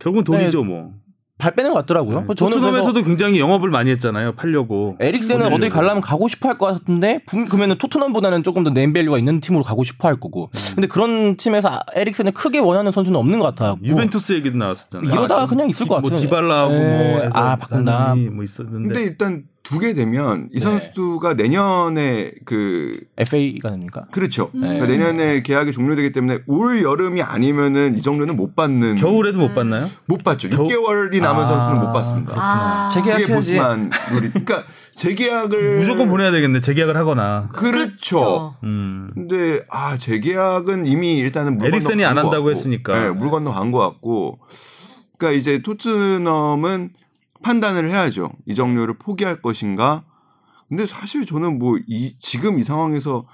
결국은 돈이죠 뭐. 발 빼는 것 같더라고요. 네. 그래서 네. 어? 저는 그래서 토트넘에서도 굉장히 영업을 많이 했잖아요. 팔려고. 에릭센은 네. 어딜 가려면 가고 싶어 할 것 같은데 분- 그러면은 토트넘보다는 조금 더 네임밸류가 있는 팀으로 가고 싶어 할 거고 네. 근데 그런 팀에서 아- 에릭센을 크게 원하는 선수는 없는 것 같아요. 뭐 유벤투스 얘기도 나왔었잖아요. 이러다가 그냥 있을 것 뭐 같아요. 디발라하고 예. 뭐 해서 아, 바꾼다. 나눔이 뭐 있었는데 근데 일단 두 개 되면 네. 이 선수가 내년에 그 FA가 됩니까? 그렇죠. 음. 네. 그러니까 내년에 계약이 종료되기 때문에 올 여름이 아니면은 이 정도는 못 받는 겨울에도 못 봤나요? 못 받죠. 겨울- 6개월이 남은 아, 선수는 못 받습니다. 아, 그게 재계약해야지. 보스만 룰이. 그러니까 재계약을 무조건 보내야 되겠네. 재계약을 하거나. 그렇죠. 음. 근데 아 재계약은 이미 일단은 물 에릭센이 건너 안 간것 한다고 같고. 했으니까. 네, 물 건너 간 것 같고 그러니까 이제 토트넘은 판단을 해야죠 이적료를 포기할 것인가 근데 사실 저는 뭐 이 지금 이 상황에서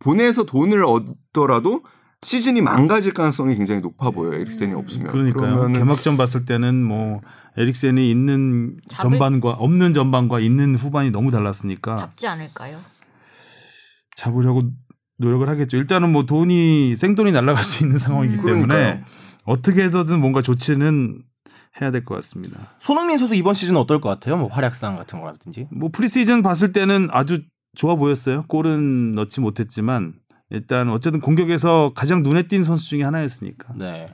보내서 돈을 얻더라도 시즌이 망가질 가능성이 굉장히 높아 보여요 에릭센이 없으면 음, 그러니까요. 그러면은 개막전 봤을 때는 뭐 에릭센이 있는 잡을- 전반과 없는 전반과 있는 후반이 너무 달랐으니까 잡지 않을까요? 잡으려고 노력을 하겠죠. 일단은 뭐 돈이 생돈이 날아갈 수 있는 상황이기 때문에 그러니까요. 어떻게 해서든 뭔가 조치는 해야 될 것 같습니다. 손흥민 선수 이번 시즌 어떨 것 같아요? 뭐 활약상 같은 거라든지. 뭐 프리시즌 봤을 때는 아주 좋아 보였어요. 골은 넣지 못했지만 일단 어쨌든 공격에서 가장 눈에 띈 선수 중에 하나였으니까. 네.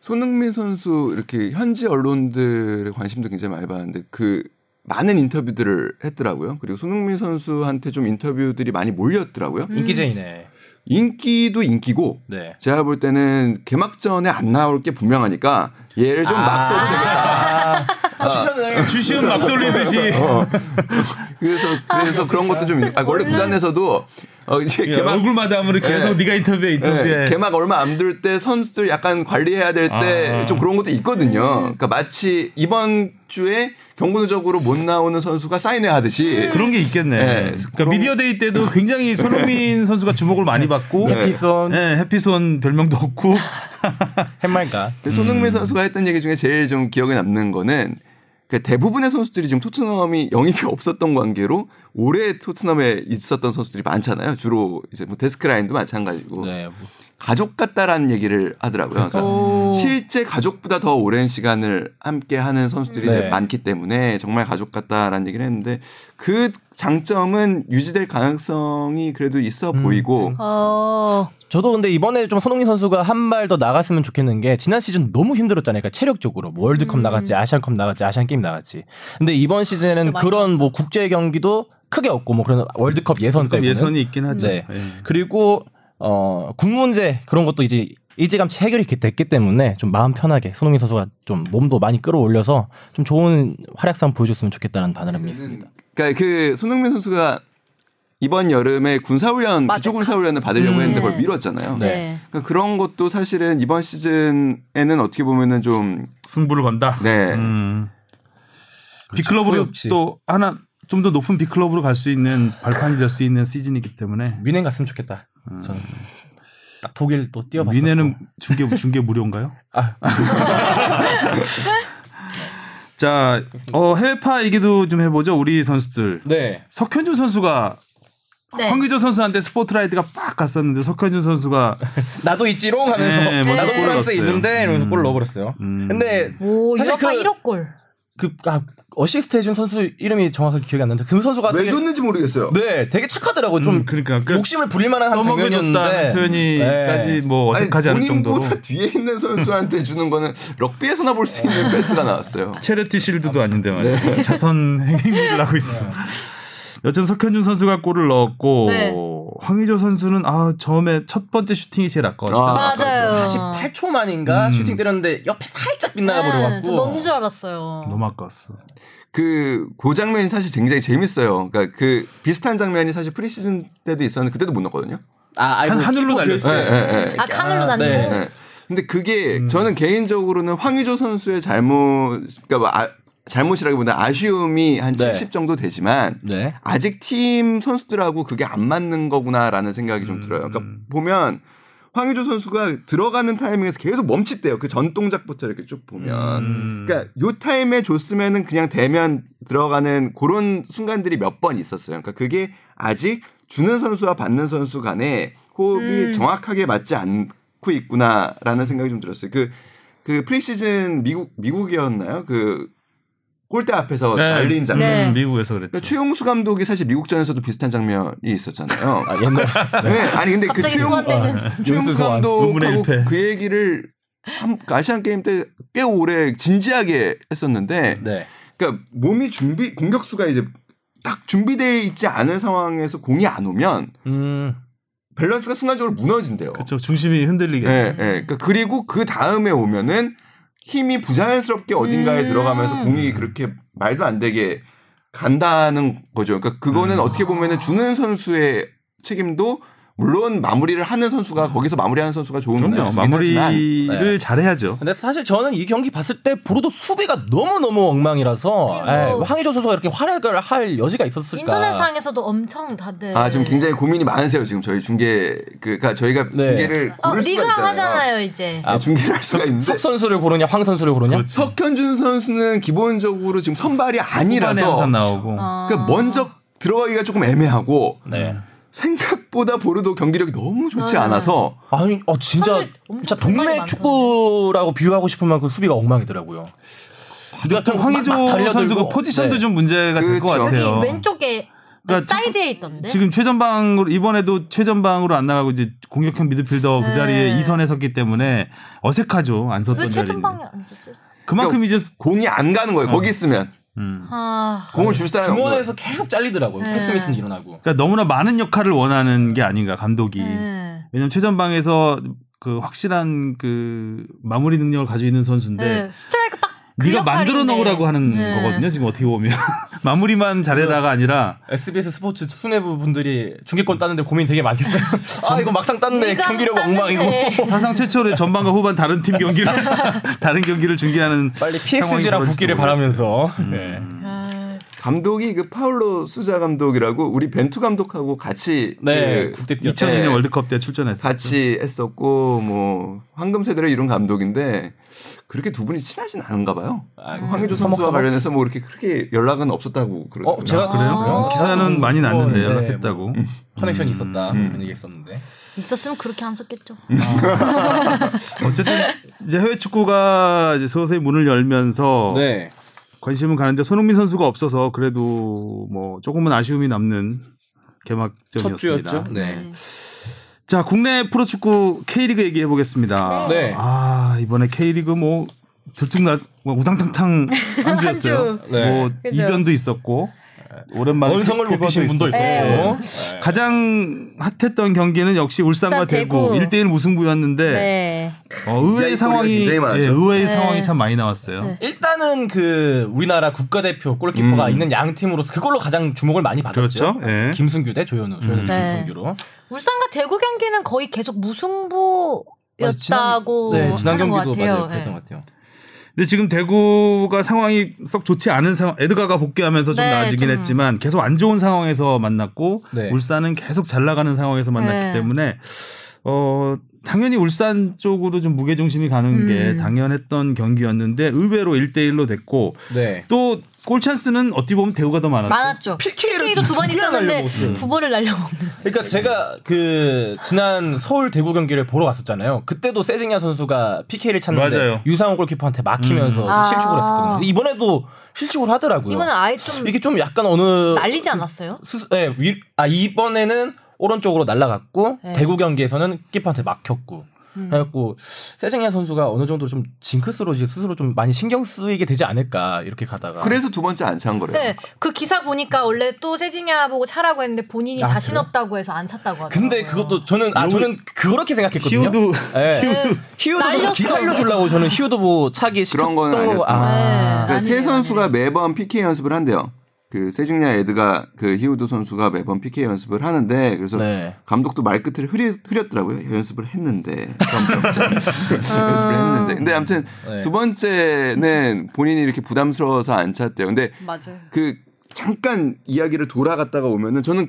손흥민 선수 이렇게 현지 언론들의 관심도 굉장히 많이 받는데 그 많은 인터뷰들을 했더라고요. 그리고 손흥민 선수한테 좀 인터뷰들이 많이 몰렸더라고요. 인기쟁이네. 인기도 인기고 네. 제가 볼 때는 개막전에 안 나올 게 분명하니까 얘를 좀 막 써도 되겠다. 추천을 주시은 막 [laughs] 돌리듯이 그래서 그래서 그런 것도 좀 있- 아, 원래 구단에서도 어 이제 개막 예, 얼굴 마담으로 예. 계속 네. 가 인터뷰해 인터뷰해. 예, 개막 얼마 안 들 때 선수들 약간 관리해야 될 때 아. 좀 그런 것도 있거든요. 그러니까 마치 이번 주에 경고누적으로 못 나오는 선수가 사인회 하듯이 그런 게 있겠네. 예, 네. 그러니까 미디어 데이 때도 굉장히 [laughs] 손흥민 선수가 주목을 많이 받고 네. 예. 해피선 네, 해피손 별명도 없고 예. 그러니까 햇말가. 근데 손흥민 선수가 했던 얘기 중에 제일 좀 기억에 남는 거는 그 대부분의 선수들이 지금 토트넘이 영입이 없었던 관계로 올해 토트넘에 있었던 선수들이 많잖아요. 주로 이제 뭐 데스크라인도 마찬가지고 뭐. 네. 가족 같다라는 얘기를 하더라고요. 그래서 오. 실제 가족보다 더 오랜 시간을 함께 하는 선수들이 네. 많기 때문에 정말 가족 같다라는 얘기를 했는데 그 장점은 유지될 가능성이 그래도 있어 보이고 어, 저도 근데 이번에 좀 손흥민 선수가 한 발 더 나갔으면 좋겠는 게 지난 시즌 너무 힘들었잖아요. 그러니까 체력적으로 뭐 월드컵 음. 나갔지, 아시안컵 나갔지, 아시안 게임 나갔지. 근데 이번 시즌에는 아, 많이 그런 뭐 국제 경기도 크게 없고 뭐 그런 월드컵 예선 그럼 때문에 예선이 있긴 하죠. 네. 예. 그리고 어국 문제 그런 것도 이제 일찌감치 해결이 됐기 때문에 좀 마음 편하게 손흥민 선수가 좀 몸도 많이 끌어올려서 좀 좋은 활약상 보여줬으면 좋겠다는 바람이 있습니다. 그러니까 그 손흥민 선수가 이번 여름에 군사훈련 맞아요. 기초 군사훈련을 받으려고 했는데 그걸 네. 미뤘잖아요. 네. 그러니까 그런 것도 사실은 이번 시즌에는 어떻게 보면은 좀 승부를 건다. 네. 음. 그렇죠. 빅클럽으로 역시. 또 하나 좀 더 높은 빅클럽으로 갈 수 있는 발판이 될 수 있는 시즌이기 때문에 뮌헨 갔으면 좋겠다. 저는 딱 독일 또 뛰어봤어. 미네는 중계 중계 무료인가요? 아. [laughs] 자, 어, 해외파 얘기도 좀 해보죠. 우리 선수들. 네. 석현준 선수가 네. 황기조 선수한테 스포트라이트가 빡 갔었는데 석현준 선수가 나도 있지롱 하면서 네, 뭐 나도 골 프랑스에 넣었어요. 음. 있는데 이러면서 골 넣어버렸어요. 근데 오, 사실 유럽파 그- 1억 골. 그 아, 어시스트 해준 선수 이름이 정확하게 기억이 안 나는데 그 선수가 되게, 줬는지 모르겠어요. 네 되게 착하더라고 좀 [laughs] 음, 그러니까 그 욕심을 부릴 만한 한 장면이었는데 떠먹여줬다는 표현이까지 네. 뭐 어색하지 않을 정도로 본인보다 뒤에 있는 선수한테 주는 거는 럭비에서나 볼 수 있는 패스가 나왔어요. 체리티 실드도 아닌데 말이야. 네. [laughs] 자선 행위를 하고 있어. 여튼 석현준 선수가 골을 넣었고 네. 황의조 선수는 아 처음에 첫 번째 슈팅이 제일 아까웠죠. 아, 맞아요. 48초 만인가 음. 슈팅 때렸는데 옆에 살짝 빗나가 네, 저 버려갖고 넣은 줄 알았어요. 너무 아까웠어. 그, 그 장면이 사실 굉장히 재밌어요. 그러니까 그 비슷한 장면이 사실 프리시즌 때도 있었는데 그때도 못 넣었거든요. 아, 아이고, 한- 하늘로 키퍼 날렸어요. 네, 예, 교체. 예, 예. 아, 카늘로 아, 났고. 네, 네. 근데 그게 음. 저는 개인적으로는 황의조 선수의 잘못, 그러니까 뭐 아- 잘못이라기보다 아쉬움이 한 네. 70 정도 되지만 네. 음, 아직 팀 선수들하고 그게 안 맞는 거구나라는 생각이 좀 들어요. 그러니까 보면 황의조 선수가 들어가는 타이밍에서 계속 멈칫대요. 그 전 동작부터 이렇게 쭉 보면. 음. 그러니까 요 타임에 줬으면은 그냥 대면 들어가는 그런 순간들이 몇 번 있었어요. 그러니까 그게 아직 주는 선수와 받는 선수 간의 호흡이 음. 정확하게 맞지 않고 있구나라는 생각이 좀 들었어요. 그, 그 프리시즌 미국, 미국이었나요? 그 골대 앞에서 네. 달린 어, 장면. 네. 음, 미국에서 그랬죠. 그러니까 최용수 감독이 사실 미국전에서도 비슷한 장면이 있었잖아요. 아, 옛날 네. 아니 근데 그 갑자기 최용, 소환되는 그러니까. 최용수 연수 소환. 문문의 감독하고 일패. 그 얘기를 한- 그 아시안 게임 때 꽤 오래 진지하게 했었는데, 네. 그러니까 몸이 준비 공격수가 이제 딱 준비되어 있지 않은 상황에서 공이 안 오면 음. 밸런스가 순간적으로 무너진대요. 그렇죠. 중심이 흔들리게. 예, 예. 그러니까 그리고 그 다음에 오면은 힘이 부자연스럽게 어딘가에 음. 들어가면서 공이 그렇게 말도 안 되게 간다는 거죠. 그러니까 그거는 어떻게 보면은 주는 선수의 책임도 물론 마무리를 하는 선수가 거기서 마무리하는 선수가 좋은 건 그럼요. 아니긴 하지만 마무리를 네. 잘해야죠. 근데 사실 저는 이 경기 봤을 때 보로도 수비가 너무너무 엉망이라서 그리고 예, 황의조 선수가 이렇게 활약을 할 여지가 [laughs] 있었을까? 네, 뭐 인터넷상에서도 엄청 다들 아 지금 굉장히 고민이 많으세요 지금 저희 중계 그 그러니까 저희가 네. 중계를 어, 고를 수가 리가 있잖아요. 하잖아요 이제 네, 중계를 할 수가 있는데 석 선수를 고르냐 황 선수를 네. 고르냐? 그렇죠. 석현준 선수는 기본적으로 지금 선발이 후반에 아니라서 항상 나오고. 어. 그러니까 먼저 들어가기가 조금 애매하고 네. 생각보다 보르도 경기력이 너무 좋지 아. 않아서 아니, 어 진짜 사람들 엄청 진짜 불만이 동네 많던데. 축구라고 비교하고 싶을 만큼 수비가 엉망이더라고요. 그러니까 황의조 네. 선수가 포지션도 좀 문제가 될 것 그렇죠. 여기 같아요. 왼쪽에 그러니까 사이드에 있던데 지금 최전방으로 이번에도 최전방으로 안 나가고 이제 공격형 미드필더 그 네. 자리에 2선에 섰기 때문에 어색하죠. 안 왜 섰던 자리. 최전방에 안 썼지? 그만큼 이제 공이 안 가는 네. 거예요. 거기 있으면 음. 아 공을 줄 사람이 없는 거예요. 중원에서 계속 잘리더라고요. 네. 패스 미스는 일어나고. 그러니까 너무나 많은 역할을 원하는 게 아닌가 감독이. 네. 왜냐면 최전방에서 그 확실한 그 마무리 능력을 가지고 있는 선수인데 네, 스트라이크 딱 그 네가 만들어 역할인데. 넣으라고 하는 네. 거거든요. 지금 어떻게 보면 [laughs] 마무리만 잘해라가 아니라 SBS 스포츠 수뇌부 분들이 중계권 따는데 고민 되게 많겠어요. [laughs] 아 이거 막상 땄네 네가 경기력 [laughs] 엉망이고. 땄는데. 사상 최초로 전반과 후반 다른 팀 경기를 [laughs] 다른 경기를 중계하는 빨리 상황이 PSG랑 붙기를 벌어질지도 모르겠어요. 바라면서. 네. 음. 아, 감독이 그 파울로 수자 감독이라고 우리 벤투 감독하고 같이 네, 그 국대 뛰었 음. 2002년 네. 월드컵 때 출전했어요. 같이 했었고 뭐 황금 세대를 이룬 감독인데 그렇게 두 분이 친하진 않은가 봐요. 음, 아, 황의조 선수와 관련해서 뭐 이렇게 크게 연락은 없었다고 그러더라고요. 어, 제가 그래요? 아. 네, 기사는 많이 났는데 네, 연락했다고. 음, 커넥션이 있었다 이런 얘기 했었는데. 있었으면 그렇게 안 썼겠죠. 어쨌든 이제 해외 축구가 이제 서서히 문을 열면서 네. 관심은 가는데 손흥민 선수가 없어서 그래도 뭐 조금은 아쉬움이 남는 개막전이었습니다. 첫 주였죠. 네. 자, 국내 프로축구 K리그 얘기해 보겠습니다. 네. 아, 이번에 K리그 뭐 들쭉나 뭐 우당탕탕 한 주였어요. [laughs] 한 주. 네. 뭐 그죠. 이변도 있었고 오랜만에 원성을 쾌거도 못 네. 피신 분도 있었고. 네. 네. 가장 핫했던 경기는 역시 울산과 울산, 대구, 대구. 1대1 무승부였는데 네. 어, 의외의 이야기 상황이 굉장히 많았죠. 예, 의외의 네. 상황이 참 많이 나왔어요. 네. 일단은 그 우리나라 국가대표 골키퍼가 있는 양 팀으로서 그걸로 가장 주목을 많이 받았죠. 음. 그렇죠. 예. 음. 김승규 대 조현우, 조현우 대 네. 김승규로. 울산과 대구 경기는 거의 계속 맞아, 지난- 무승부였다고 네, 지난 하는 경기도 것 같아요. 맞아요. 네. 그랬던 것 같아요. 근데 지금 대구가 상황이 썩 좋지 않은 상황. 에드가가 복귀하면서 좀 네, 나아지긴 좀. 했지만 계속 안 좋은 상황에서 만났고 네. 울산은 계속 잘 나가는 상황에서 만났기 네. 때문에 어 당연히 울산 쪽으로 좀 무게 중심이 가는 게 음. 당연했던 경기였는데 의외로 1대 1로 됐고 네. 또 골 찬스는 어떻게 보면 대구가 더 많았죠. 많았죠. PK 를 PK도 두 번 두 개나 있었는데 날려먹었어요. 두 번을 날려먹는. 그러니까 제가 그 지난 서울 대구 경기를 보러 갔었잖아요. 그때도 세징야 선수가 PK를 찼는데 맞아요. 음. 유상호 골키퍼한테 막히면서 아. 실축을 했었거든요. 근데 이번에도 실축을 하더라고요. 이거는 아예 좀 이게 그 좀 약간 어느 날리지 않았어요? 스 예, 위, 아 이번에는 오른쪽으로 날아갔고 네. 대구 경기에서는 키퍼한테 막혔고 그래갖고 세징야 선수가 어느 정도 좀 징크스로 이제 스스로 좀 많이 신경 쓰이게 되지 않을까 이렇게 가다가 그래서 두 번째 안 찬 거래요. 네, 그 기사 보니까 원래 또 세징야 보고 차라고 했는데 본인이 아, 자신 그래요? 없다고 해서 안 찼다고 하더라고요. 근데 그것도 저는 아 저는 그렇게 생각했거든요. 히우도 예. 네. 히우도 저는 날렸어. 기살려주려고 저는 히우도 뭐 차기 그런 거는 시켰던 거- 아니었던 아. 그러니까 세 아니네요, 선수가 매번 PK 연습을 한대요. 그 세징야 에드가 그 히우드 선수가 매번 PK 연습을 하는데 그래서 네. 감독도 말끝을 흐리, 흐렸더라고요. 연습을 했는데 점점점 [laughs] 연습을 했는데 근데 아무튼 네. 두 번째는 본인이 이렇게 부담스러워서 안 찼대요. 근데 맞아요. 그 잠깐 이야기를 돌아갔다가 오면은 저는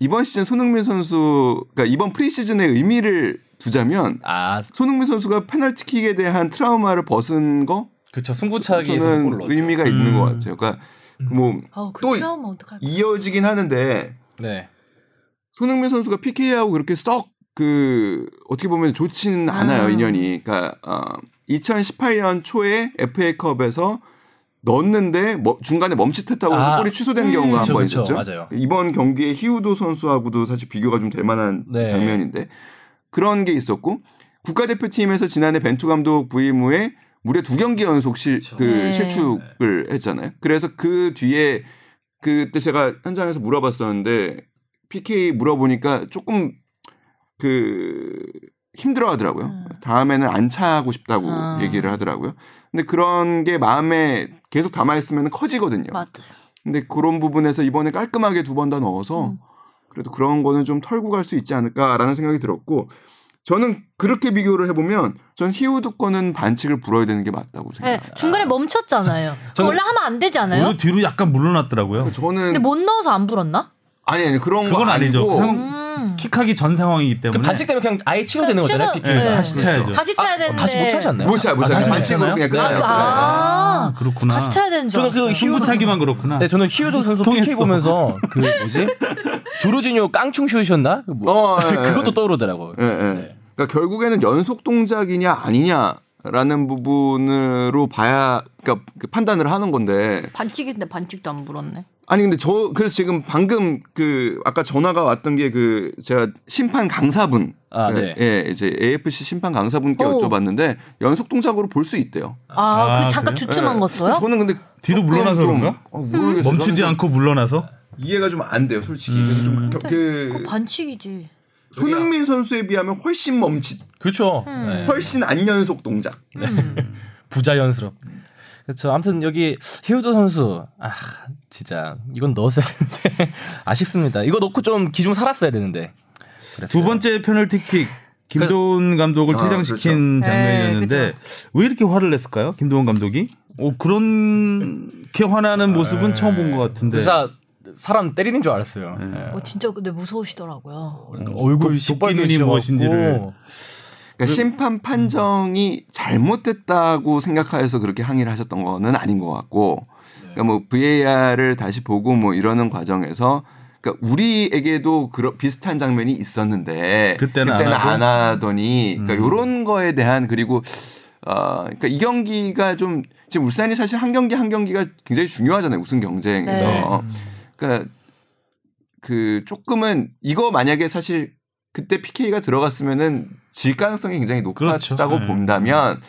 이번 시즌 손흥민 선수 그러니까 이번 프리시즌의 의미를 두자면 아 손흥민 선수가 페널티킥에 대한 트라우마를 벗은 거 그쵸 저는 골을 넣었죠. 의미가 있는 음. 것 같아요. 그러니까 음. 뭐 어우, 그 또 트라우마 어떡할까? 이어지긴 하는데 네. 손흥민 선수가 PK하고 그렇게 썩 그 어떻게 보면 좋지는 아. 않아요 인연이. 그러니까 어, 2018년 초에 FA컵에서 넣었는데 뭐- 중간에 멈칫했다고 해서 아. 골이 취소된 음. 경우가 한 그쵸, 번 그쵸. 있었죠. 맞아요. 이번 경기에 히우도 선수하고도 사실 비교가 좀 될 만한 네. 장면인데 그런 게 있었고 국가대표팀에서 지난해 벤투 감독 부임 후에 무려 두 경기 연속 실, 그 네. 실축을 했잖아요. 그래서 그 뒤에 그때 제가 현장에서 물어봤었는데 PK 물어보니까 조금 그 힘들어 하더라고요. 음. 다음에는 안 차고 싶다고 아. 얘기를 하더라고요. 근데 그런 게 마음에 계속 담아있으면 커지거든요. 맞아요. 근데 그런 부분에서 이번에 깔끔하게 두 번 다 넣어서 음. 그래도 그런 거는 좀 털고 갈 수 있지 않을까라는 생각이 들었고 저는 그렇게 비교를 해보면 전 히우드 거는 반칙을 불어야 되는 게 맞다고 네, 생각합니다. 중간에 멈췄잖아요. 그거 원래 하면 안 되지 않아요? 오히려 뒤로 약간 물러났더라고요. 저는 근데 뭐 못 넣어서 안 불었나? 아니 아니 그런 그건 거 아니죠. 아니고 그 상황- 음. 킥하기 전 상황이기 때문에 그 반칙 때문에 그냥 아예 취소되는 거잖아요. 취소- 예, PK. 네. 다시 차야죠. 다시 차야 되는데. 아, 어, 다시 못 차지 않나요? 못 차요, 못 차요. 아, 다시 반칙으로 못 그냥 차나요? 끝나요. 네. 아, 그렇구나. 다시 쳐야 되는 줄 저는 그 알았어요. 히우- 승부차기만 그렇구나. 네, 저는 히우도 선수 통했어. PK 보면서 그 뭐지 조르지뇨 깡충슛이었나? 네. 그 뭐- [laughs] 어, 예, 예. 그것도 떠오르더라고요. 예, 예. 네. 그러니까 결국에는 연속 동작이냐 아니냐라는 부분으로 봐야 그러니까 그 판단을 하는 건데 반칙인데 반칙도 안 불었네. 아니 근데 저 그래서 지금 방금 그 아까 전화가 왔던 게 그 제가 심판 강사분 아, 네. 예 이제 AFC 심판 강사분께 오. 여쭤봤는데 연속 동작으로 볼 수 있대요. 아, 아, 그 잠깐 그래요? 주춤한 예. 거였어요? 저는 근데 뒤로 조금 물러나서 좀, 그런가? 어, 모르겠어요. 저는 멈추지 좀 않고 음. 물러나서 이해가 좀 안 돼요, 솔직히. 그래서 좀 겨- 그거 그 어, 반칙이지. 손흥민 선수에 비하면 훨씬 멈칫, 그렇죠. 음. 네. 훨씬 안 연속 동작. 음. 부자연스럽. 그렇죠. 아무튼 여기 히우도 선수 아 진짜 이건 넣었어야 되는데 [laughs] 아쉽습니다. 이거 넣고 좀 기중 살았어야 되는데. 그랬어요. 두 번째 페널티킥 김도훈 감독을 아, 퇴장시킨 그렇죠. 장면이었는데 네, 왜 이렇게 화를 냈을까요? 김도훈 감독이? 오 그런 게 화나는 모습은 처음 본 것 같은데. 진짜 네. 사람 때리는 줄 알았어요. 예. 어, 진짜 근데 무서우시더라고요. 얼굴이 도- 도끼눈이 시뻘겋고. 무엇인지를. 그러니까 심판 판정이 잘못됐다고 생각하여서 그렇게 항의를 하셨던 거는 아닌 것 같고, 그러니까 뭐 VAR을 다시 보고 뭐 이러는 과정에서, 그러니까 우리에게도 그런 비슷한 장면이 있었는데 그때는 안 음. 안, 하더니, 그러니까 이런 거에 대한 그리고 어, 그러니까 이 경기가 좀 지금 울산이 사실 한 경기 한 경기가 굉장히 중요하잖아요 우승 경쟁에서. 네. 음. 그러니까 그 조금은 이거 만약에 사실 그때 PK가 들어갔으면은 질 가능성이 굉장히 그렇죠. 높았다고 네. 본다면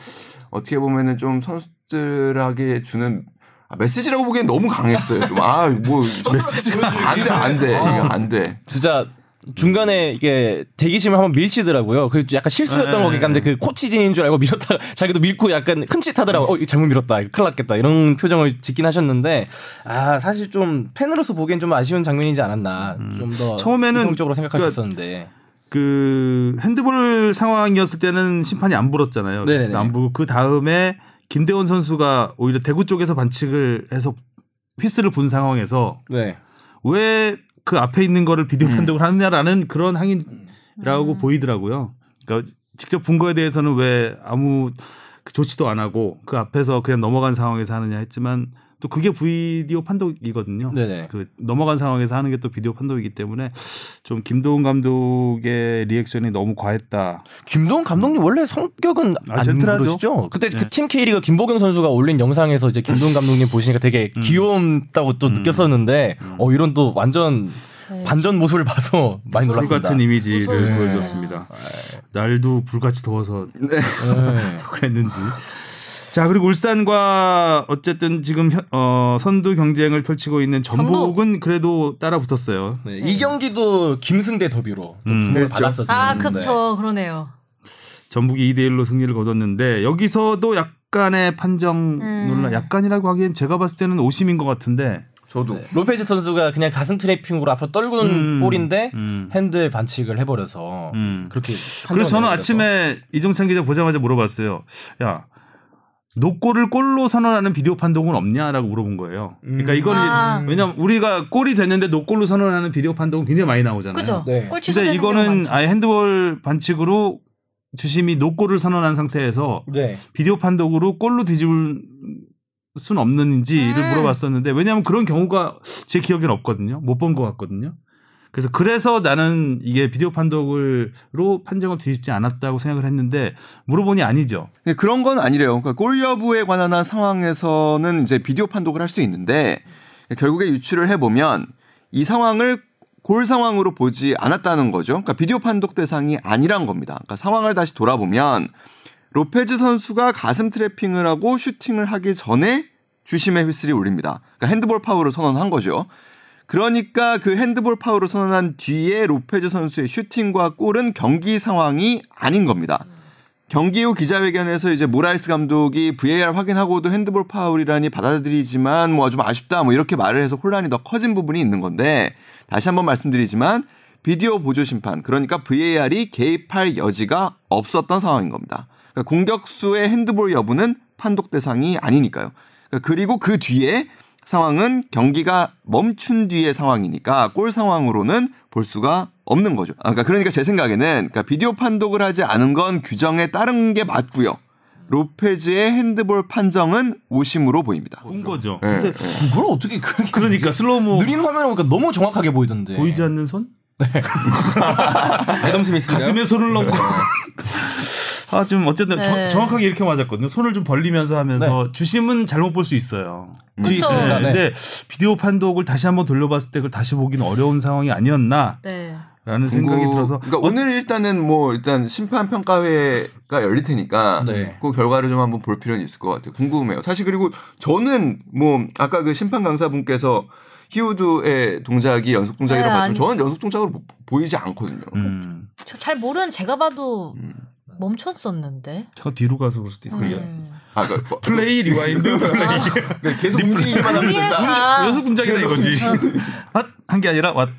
어떻게 보면은 좀 선수들에게 주는 아, 메시지라고 보기엔 너무 강했어요. 좀 아 [laughs] 뭐 메시지가 안돼 안돼 이거 안돼. 진짜 중간에 이게 대기심을 한번 밀치더라고요. 그 약간 실수였던 네. 거 같긴 한데 그 코치진인 줄 알고 밀었다가 [laughs] 자기도 밀고 약간 흠칫하더라고. 어, 이거 잘못 밀었다. 이거 큰일 났겠다. 이런 표정을 짓긴 하셨는데 아, 사실 좀 팬으로서 보기엔 좀 아쉬운 장면이지 않았나. 좀 더 처음에는 이성적으로 생각할 그- 수 있었는데. 그 핸드볼 상황이었을 때는 심판이 안 불었잖아요. 네네네. 그래서 안 불고 그 다음에 김대원 선수가 오히려 대구 쪽에서 반칙을 해서 휘스를 본 상황에서 네. 왜 그 앞에 있는 거를 비디오 음. 판독을 하느냐라는 그런 항의라고 보이더라고요. 그러니까 직접 본 거에 대해서는 왜 아무 그 조치도 안 하고 그 앞에서 그냥 넘어간 상황에서 하느냐 했지만 또 그게 비디오 판독이거든요. 네네. 그 넘어간 상황에서 하는 게 또 비디오 판독이기 때문에 좀 김도훈 감독의 리액션이 너무 과했다. 김동훈 감독님 원래 성격은 아, 안 젠틀하죠. 네. 그러시죠? 그때 그 팀 K리그 김보경 선수가 올린 영상에서 이제 김동훈 감독님 보시니까 되게 음. 귀여웠다고 또 느꼈었는데 어 이런 또 완전 네. 반전 모습을 봐서 [laughs] 많이 불 놀랐습니다. 같은 이미지를 무서워요. 보여줬습니다. 날도 불같이 더워서 네. [laughs] 그랬는지. 자 그리고 울산과 어쨌든 지금 현- 어, 선두 경쟁을 펼치고 있는 전북은 그래도 따라붙었어요. 네, 이 경기도 김승대 더비로 음. 또 주목을 그렇죠. 받았었죠. 아, 그쵸. 그러네요. 전북이 2대 1로 승리를 거뒀는데 여기서도 약간의 판정 음. 논란, 약간이라고 하기엔 제가 봤을 때는 오심인 것 같은데. 저도 네. 로페즈 선수가 그냥 가슴 트래핑으로 앞으로 떨구는 음. 볼인데 음. 핸들 반칙을 해버려서 음. 그렇게. 그래서 저는 판정을 내려서. 아침에 이정찬 기자 보자마자 물어봤어요. 야, 노골을 골로 선언하는 비디오 판독은 없냐라고 물어본 거예요. 그러니까 음. 이거는 아. 왜냐면 우리가 골이 됐는데 노골로 선언하는 비디오 판독은 굉장히 많이 나오잖아요. 그죠? 네. 꼴 취소되는 근데 경우 이거는 많죠. 아예 핸드볼 반칙으로 주심이 노골을 선언한 상태에서 네. 비디오 판독으로 골로 뒤집을 순 없는지를 음. 물어봤었는데 왜냐하면 그런 경우가 제 기억에는 없거든요. 못 본 것 같거든요. 그래서 그래서 나는 이게 비디오 판독을로 판정을 뒤집지 않았다고 생각을 했는데 물어보니 아니죠. 근데 네, 그런 건 아니래요. 그러니까 골 여부에 관한 한 상황에서는 이제 비디오 판독을 할 수 있는데 결국에 유추를 해보면 이 상황을 골 상황으로 보지 않았다는 거죠. 그러니까 비디오 판독 대상이 아니란 겁니다. 그러니까 상황을 다시 돌아보면 로페즈 선수가 가슴 트래핑을 하고 슈팅을 하기 전에 주심의 휘슬이 울립니다. 그러니까 핸드볼 파울을 선언한 거죠. 그러니까 그 핸드볼 파울을 선언한 뒤에 로페즈 선수의 슈팅과 골은 경기 상황이 아닌 겁니다. 경기 후 기자회견에서 이제 모라이스 감독이 VAR 확인하고도 핸드볼 파울이라니 받아들이지만 뭐 좀 아쉽다 뭐 이렇게 말을 해서 혼란이 더 커진 부분이 있는 건데 다시 한번 말씀드리지만 비디오 보조 심판 그러니까 VAR이 개입할 여지가 없었던 상황인 겁니다. 그러니까 공격수의 핸드볼 여부는 판독 대상이 아니니까요. 그러니까 그리고 그 뒤에 상황은 경기가 멈춘 뒤의 상황이니까 골 상황으로는 볼 수가 없는 거죠. 아, 그러니까, 그러니까 제 생각에는 그러니까 비디오 판독을 하지 않은 건 규정에 따른 게 맞고요. 로페즈의 핸드볼 판정은 오심으로 보입니다. 본 거죠. 네. 예, 근데 예. 그걸 어떻게 그렇게 그러니까 슬로우모 느린 화면에 보니까 너무 정확하게 보이던데. 보이지 않는 손? 애덤 스미스가 가슴에 손을 넣고. [laughs] 아, 지금 어쨌든 정- 네. 정확하게 이렇게 맞았거든요. 손을 좀 벌리면서 하면서 주심은 잘못 볼 수 있어요. 뒤- 그쵸. 네. 네. 근데 비디오 판독을 다시 한번 돌려봤을 때 그걸 다시 보기는 어려운 상황이 아니었나라는 네. 생각이 궁금- 들어서 그러니까 오늘 일단은 뭐 일단 심판 평가회가 열릴 테니까 네. 그 결과를 좀 한번 볼 필요는 있을 것 같아요. 궁금해요. 사실 그리고 저는 뭐 아까 그 심판 강사분께서 히우드의 동작이 연속 동작이라고 네, 봤지만 아니- 저는 연속 동작으로 보- 보이지 않거든요. 음, 저 잘 모르는 제가 봐도 멈췄었는데. 제가 뒤로 가서 그럴 수도 있어요. 음. 아, 그러니까 뭐- 플레이 리와인드 [laughs] 플레이 그러니까 계속 움직이기만 하면 된다. 우리가 연속 동작이다 이거지. [laughs] 핫한게 아니라 왔.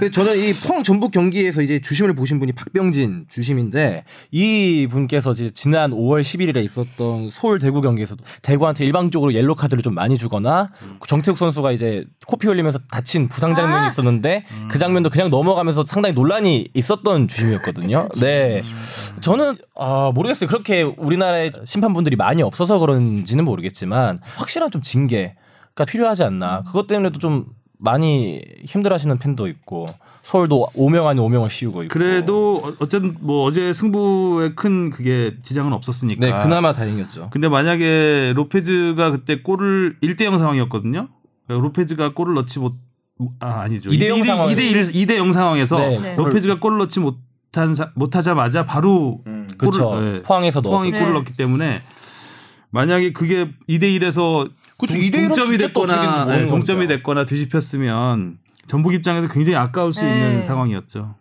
그 저는 이 포항 전북 경기에서 이제 주심을 보신 분이 박병진 주심인데 이 분께서 이제 지난 5월 11일에 있었던 서울 대구 경기에서도 대구한테 일방적으로 옐로 카드를 좀 많이 주거나 그 정태욱 선수가 이제 코피 흘리면서 다친 부상 장면이 있었는데 그 장면도 그냥 넘어가면서 상당히 논란이 있었던 주심이었거든요. 네, 저는 아 모르겠어요. 그렇게 우리나라에 심판분들이 많이 없어서 그런지는 모르겠지만 확실한 좀 징계가 필요하지 않나. 그것 때문에도 좀 많이 힘들어하시는 팬도 있고 서울도 5명 아닌 5명을 씌우고 있고. 그래도 어- 어쨌든 뭐 어제 승부에 큰 그게 지장은 없었으니까. 네 그나마 다행이었죠. 근데 만약에 로페즈가 그때 골을 1대0 상황이었거든요. 그러니까 로페즈가 골을 넣지 못, 아, 아니죠. 2대0 2대1, 상황. 2대1, 2대0 상황에서 네. 네. 로페즈가 골을 넣지 못한, 사- 못하자마자 바로 음. 그쵸 골을- 네. 포항에서 넣었 포항이 네. 골을 넣었기 때문에 만약에 그게 2대1에서 그쵸, 그렇죠. 2대1 은 동점이 진짜 또 어떻게 됐거나, 되는지 모르는 네, 동점이 거니까. 됐거나 뒤집혔으면 전북 입장에서 굉장히 아까울 수 네. 있는 상황이었죠.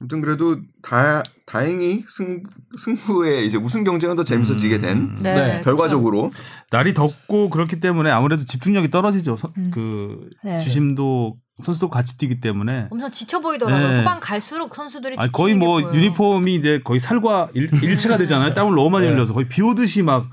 아무튼 그래도 다 다행히 승 승부의 이제 우승 경쟁은 더 재밌어지게 된 네. 네, 결과적으로 음. 날이 덥고 그렇기 때문에 아무래도 집중력이 떨어지죠. 서- 음. 그 네. 주심도 선수도 같이 뛰기 때문에 엄청 지쳐 보이더라고요. 네. 후반 갈수록 선수들이 아니, 지치는 거의 게 뭐 보여요. 유니폼이 이제 거의 살과 일, 일체가 되잖아요. 땀을 너무 많이 네. 흘려서 거의 비 오듯이 막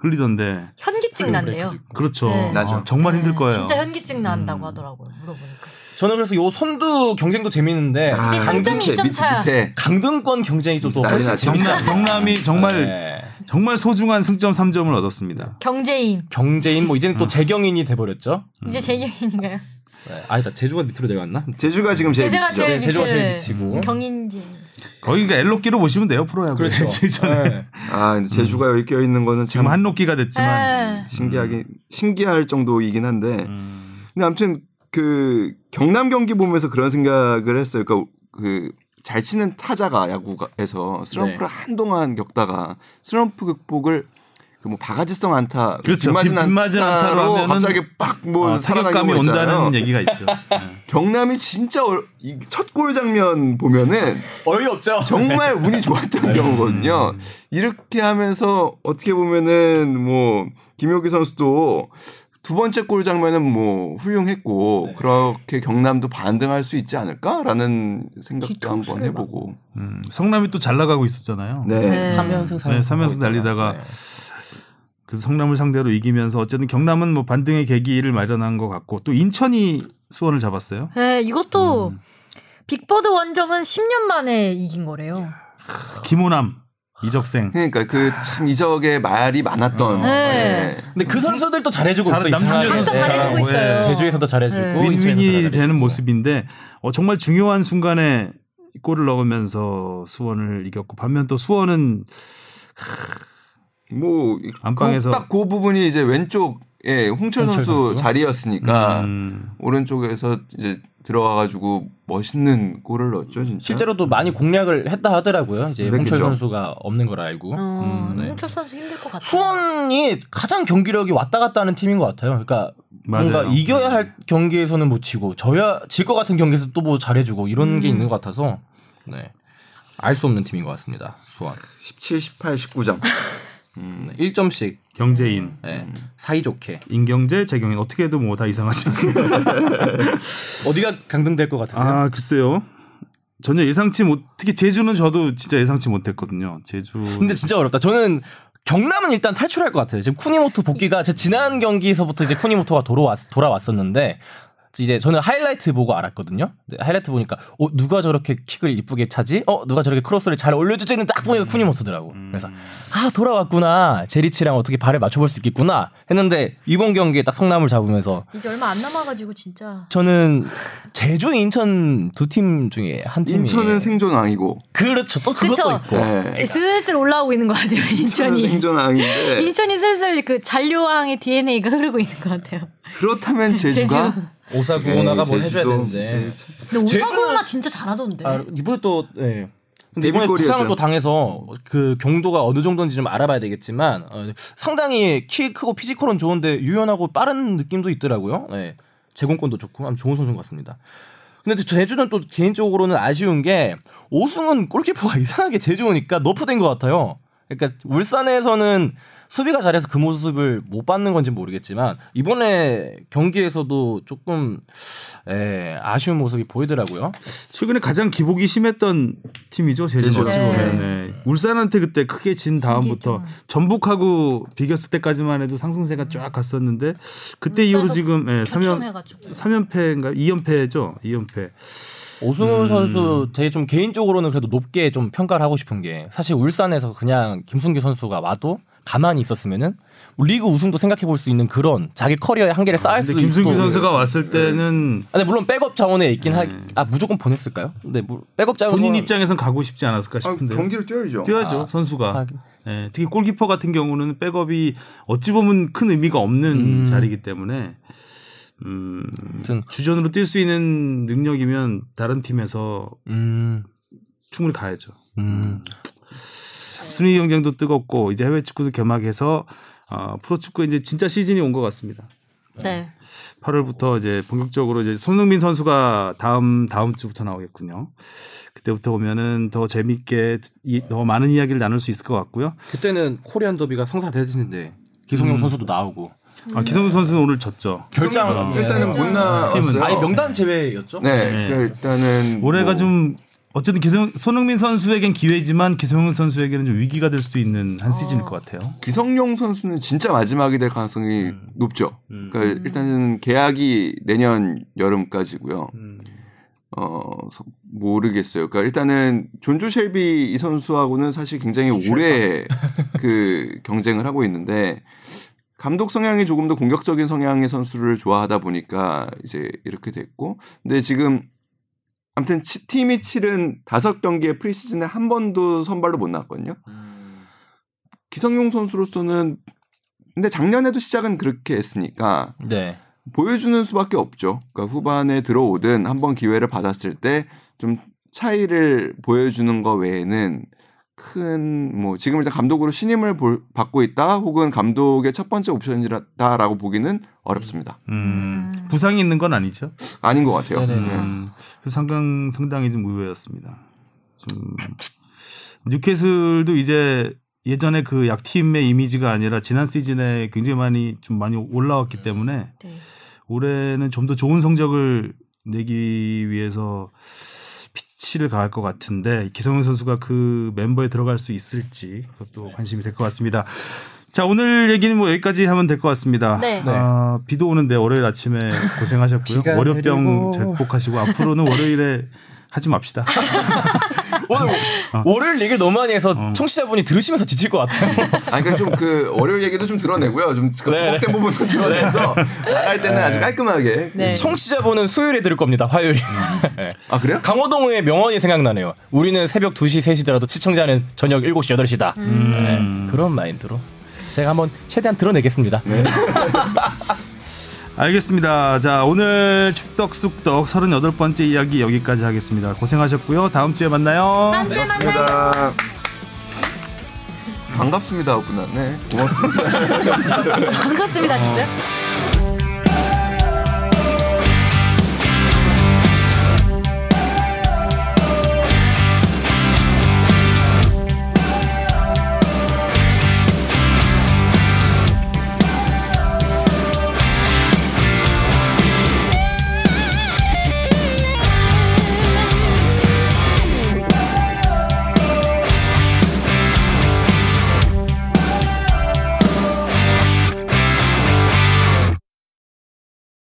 흘리던데. 현기증 난대요. 그렇죠. 네. 나죠. 아, 정말 힘들 거예요. 진짜 현기증 난다고 하더라고요. 물어보니까. 저는 그래서 요 선두 경쟁도 재밌는데 아, 네, 그렇죠. 이제 승점이 밑에, 이점 밑에, 차야. 밑에. 강등권 경쟁이 좀 더 난리 훨씬 나죠. 재밌다. 경남, 경남이 정말 네. 정말 소중한 승점 3점을 얻었습니다. 경제인. 경제인 뭐 음. 이제는 또 재경인이 돼버렸죠. 이제 재경인인가요? 네. 아니다 제주가 밑으로 내려갔나? 제주가 지금 제일 제주가 미치죠. 제일 네, 제주가 제일 밑에. 미치고. 경인지. 거기가 그러니까 엘로끼로 보시면 돼요 프로야구. [laughs] 그렇죠. 전에 네. 아 근데 제주가 음. 여기 껴 있는 거는 참 지금 한로끼가 됐지만. 네. 신기하게 신기할 정도이긴 한데 음. 근데 아무튼 그 경남 경기 보면서 그런 생각을 했어요. 그러니까 그 잘 치는 타자가 야구에서 네. 슬럼프를 한동안 겪다가 슬럼프 극복을 그 뭐 바가지성 안타, 그렇죠. 빗- 빗맞은 안타로 하면은 갑자기 빡뭐 아, 타격감이 온다는 얘기가 있죠. 네. 경남이 진짜 첫골 장면 보면은 어이없죠. 정말 운이 좋았던 경우거든요. 이렇게 하면서 어떻게 보면은 뭐 김효기 선수도 두 번째 골 장면은 뭐 훌륭했고 그렇게 경남도 반등할 수 있지 않을까라는 생각도 한번 뒤통수를 해보고. 음, 성남이 또 잘 나가고 있었잖아요. 네. 네. 3연승 네, 삼연승 달리다가 그래서 성남을 상대로 이기면서 어쨌든 경남은 뭐 반등의 계기를 마련한 것 같고 또 인천이 수원을 예. 잡았어요. 음. 네, 이것도 빅버드 원정은 10년 만에 이긴 거래요. 김호남, [laughs] 이적생. 그러니까 그 참 이적의 말이 많았던. 네. 예. 근데 그 선수들도 잘해주고 잘- 있어. 남중주 이상하게. 선수 잘해주고 예. 있어요. 제주에서도 잘해주고 네. 윈윈이 되는 인천에서도 잘해주고. 모습인데 어, 정말 중요한 순간에 골을 넣으면서 수원을 이겼고 반면 또 수원은 뭐 안방에서. 딱그 부분이 이제 왼쪽 예, 홍철, 홍철 선수, 선수? 자리였으니까 음, 오른쪽에서 이제 들어와가지고 멋있는 골을 넣었죠 진짜. 실제로도 많이 공략을 했다 하더라고요. 이제 그랬겠죠. 홍철 선수가 없는 걸 알고. 어, 음, 네. 홍철 선수 힘들 것 같아요. 수원이 가장 경기력이 왔다 갔다 하는 팀인 것 같아요. 그러니까 맞아요. 네. 뭔가 이겨야 할 경기에서는 못 치고 져야 질 것 같은 경기에서 또 뭐 잘해주고 이런 음. 게 있는 것 같아서 네. 알 수 없는 팀인 것 같습니다. 수원 17, 18, 19점. 네. 1점씩 네, 경제인, 사이 좋게 인경제, 재경인 어떻게 해도 뭐 다 이상하죠. 어디가 강등될 것 같으세요? 아 글쎄요. 전혀 예상치 못 특히 제주는 저도 진짜 예상치 못했거든요. 제주 근데 진짜 어렵다. 저는 경남은 일단 탈출할 것 같아요. 지금 쿠니모토 복귀가 제 지난 경기에서부터 이제 쿠니모토가 돌아왔, 돌아왔었는데 이제 저는 하이라이트 보고 알았거든요. 근데 하이라이트 보니까 어 누가 저렇게 킥을 이쁘게 차지? 어 누가 저렇게 크로스를 잘 올려주지는 딱 보니까 쿠니모토더라고. 음. 그래서 아 돌아왔구나. 제리치랑 어떻게 발을 맞춰볼 수 있겠구나 했는데 이번 경기에 딱 성남을 잡으면서 이제 얼마 안 남아가지고 진짜. 저는 제주 인천 두 팀 중에 한 팀이 인천은 생존왕이고 그렇죠. 또 그것도 그쵸. 있고. 예. 슬슬 올라오고 있는 것 [laughs] 같아요. 인천은 인천이. 생존왕인데 인천이 슬슬 그 잔류왕의 DNA가 흐르고 있는 것 같아요. 그렇다면 [laughs] 제주가 오사구오나가 예, 뭘 해줘야 제주도. 되는데. 예, 참. 근데 오사구가 제주는- 진짜 잘하던데. 아, 이번에 또 예. 근데 이번에 데뷔골이었죠. 부상을 또 당해서 그 경도가 어느 정도인지 좀 알아봐야 되겠지만 어, 상당히 키 크고 피지컬은 좋은데 유연하고 빠른 느낌도 있더라고요. 예. 제공권도 좋고 아무 좋은 선수인 것 같습니다. 근데 또 제주는 또 개인적으로는 아쉬운 게 오승은 골키퍼가 [laughs] 이상하게 제주 오니까 너프된 것 같아요. 그러니까 울산에서는 수비가 잘해서 그 모습을 못 받는 건지 모르겠지만 이번에 경기에서도 조금 예, 아쉬운 모습이 보이더라고요. 최근에 가장 기복이 심했던 팀이죠 제주는 제주. 어찌 보면 네. 울산한테 그때 크게 진 다음부터 승기 전북하고 비겼을 때까지만 해도 상승세가 쫙 갔었는데 그때 이후로 음. 울산에서 지금 예, 3연 주춤해가지고. 3연패인가 2연패죠 2연패 오승훈 음. 선수 되게 좀 개인적으로는 그래도 높게 좀 평가를 하고 싶은 게 사실 울산에서 그냥 김승규 선수가 와도 가만히 있었으면은 뭐 리그 우승도 생각해 볼 수 있는 그런 자기 커리어의 한계를 쌓을 수 아, 근데 있고 김승규 선수가 왔을 때는 아, 근데 물론 백업 자원에 있긴 하. 아 무조건 보냈을까요? 근데 물- 백업 자원 본인 입장에선 가고 싶지 않았을까 아, 싶은데 경기를 뛰어야죠. 뛰어야죠 아, 선수가 하긴. 예, 특히 골키퍼 같은 경우는 백업이 어찌 보면 큰 의미가 없는 자리이기 때문에 음, 음. 아무튼 주전으로 뛸 수 있는 능력이면 다른 팀에서 음, 충분히 가야죠. 음. 순위 경쟁도 뜨겁고 이제 해외 축구도 개막해서 어, 프로 축구 이제 진짜 시즌이 온 것 같습니다. 네. 8월부터 이제 본격적으로 이제 손흥민 선수가 다음 다음 주부터 나오겠군요. 그때부터 보면은 더 재밌게 이- 더 많은 이야기를 나눌 수 있을 것 같고요. 그때는 코리안 더비가 성사되는데 기성용 선수도 나오고 아, 기성우 선수는 오늘 졌죠. 결장 일단은 못 나왔어요. 아예 명단 제외였죠. 네, 뭐 네. 그러니까 일단은 올해가 뭐 좀 어쨌든 기성 손흥민 선수에겐 기회지만 기성우 선수에게는 좀 위기가 될 수도 있는 한 시즌일 것 같아요. 기성용 선수는 진짜 마지막이 될 가능성이 높죠. 그러니까 일단은 계약이 내년 여름까지고요. 어 서- 모르겠어요. 그러니까 일단은 존조 쉘비 이 선수하고는 사실 굉장히 오래 [laughs] 그 경쟁을 하고 있는데 감독 성향이 조금 더 공격적인 성향의 선수를 좋아하다 보니까 이제 이렇게 됐고 근데 지금 아무튼 치- 팀이 치른 다섯 경기의 프리시즌에 한 번도 선발로 못 나왔거든요. 음. 기성용 선수로서는 근데 작년에도 시작은 그렇게 했으니까 네. 보여주는 수밖에 없죠. 그러니까 후반에 들어오든 한번 기회를 받았을 때 좀 차이를 보여주는 거 외에는 큰 뭐 지금 일단 감독으로 신임을 볼- 받고 있다 혹은 감독의 첫 번째 옵션이다라고 보기는 어렵습니다. 음, 부상이 있는 건 아니죠. 아닌 것 같아요. 네네네. 네. 음, 그래서 상당 상당히 좀 의외였습니다. 좀 뉴캐슬도 이제 예전에 그 약팀의 이미지가 아니라 지난 시즌에 굉장히 많이 좀 많이 올라왔기 때문에 네. 올해는 좀 더 좋은 성적을 내기 위해서 피치를 가할 것 같은데 기성훈 선수가 그 멤버에 들어갈 수 있을지 네. 그것도 관심이 될 것 같습니다. 자 오늘 얘기는 뭐 여기까지 하면 될 것 같습니다. 네. 아, [laughs] 비도 오는데 월요일 아침에 고생하셨고요. 비가 월요병 내리고. 극복하시고 앞으로는 월요일에 하지 맙시다. 어. 오늘 뭐 아. 월요일 얘기를 너무 많이 해서 청취자분이 들으시면서 지칠 것 같아요. 아, 그러니까 좀 그 월요일 얘기도 좀 드러내고요. 좀 네. 꼭된 부분도 드러내서 나갈 때는 아주 깔끔하게. 네. 청취자분은 수요일에 들을 겁니다. 화요일. [laughs] 네. 아 그래요? 강호동의 명언이 생각나네요. 우리는 새벽 2시, 3시더라도 시청자는 저녁 7시, 8시다. 네, 그런 마인드로 제가 한번 최대한 드러내겠습니다. 알겠습니다. 자, 오늘 축덕쑥덕 38번째 이야기 여기까지 하겠습니다. 고생하셨고요. 다음 주에 아, 만나요. 네, 다음 주에 만나요. 반갑습니다. 반갑습니다. 구나. 네. 고맙습니다. 반갑습니다, 진짜.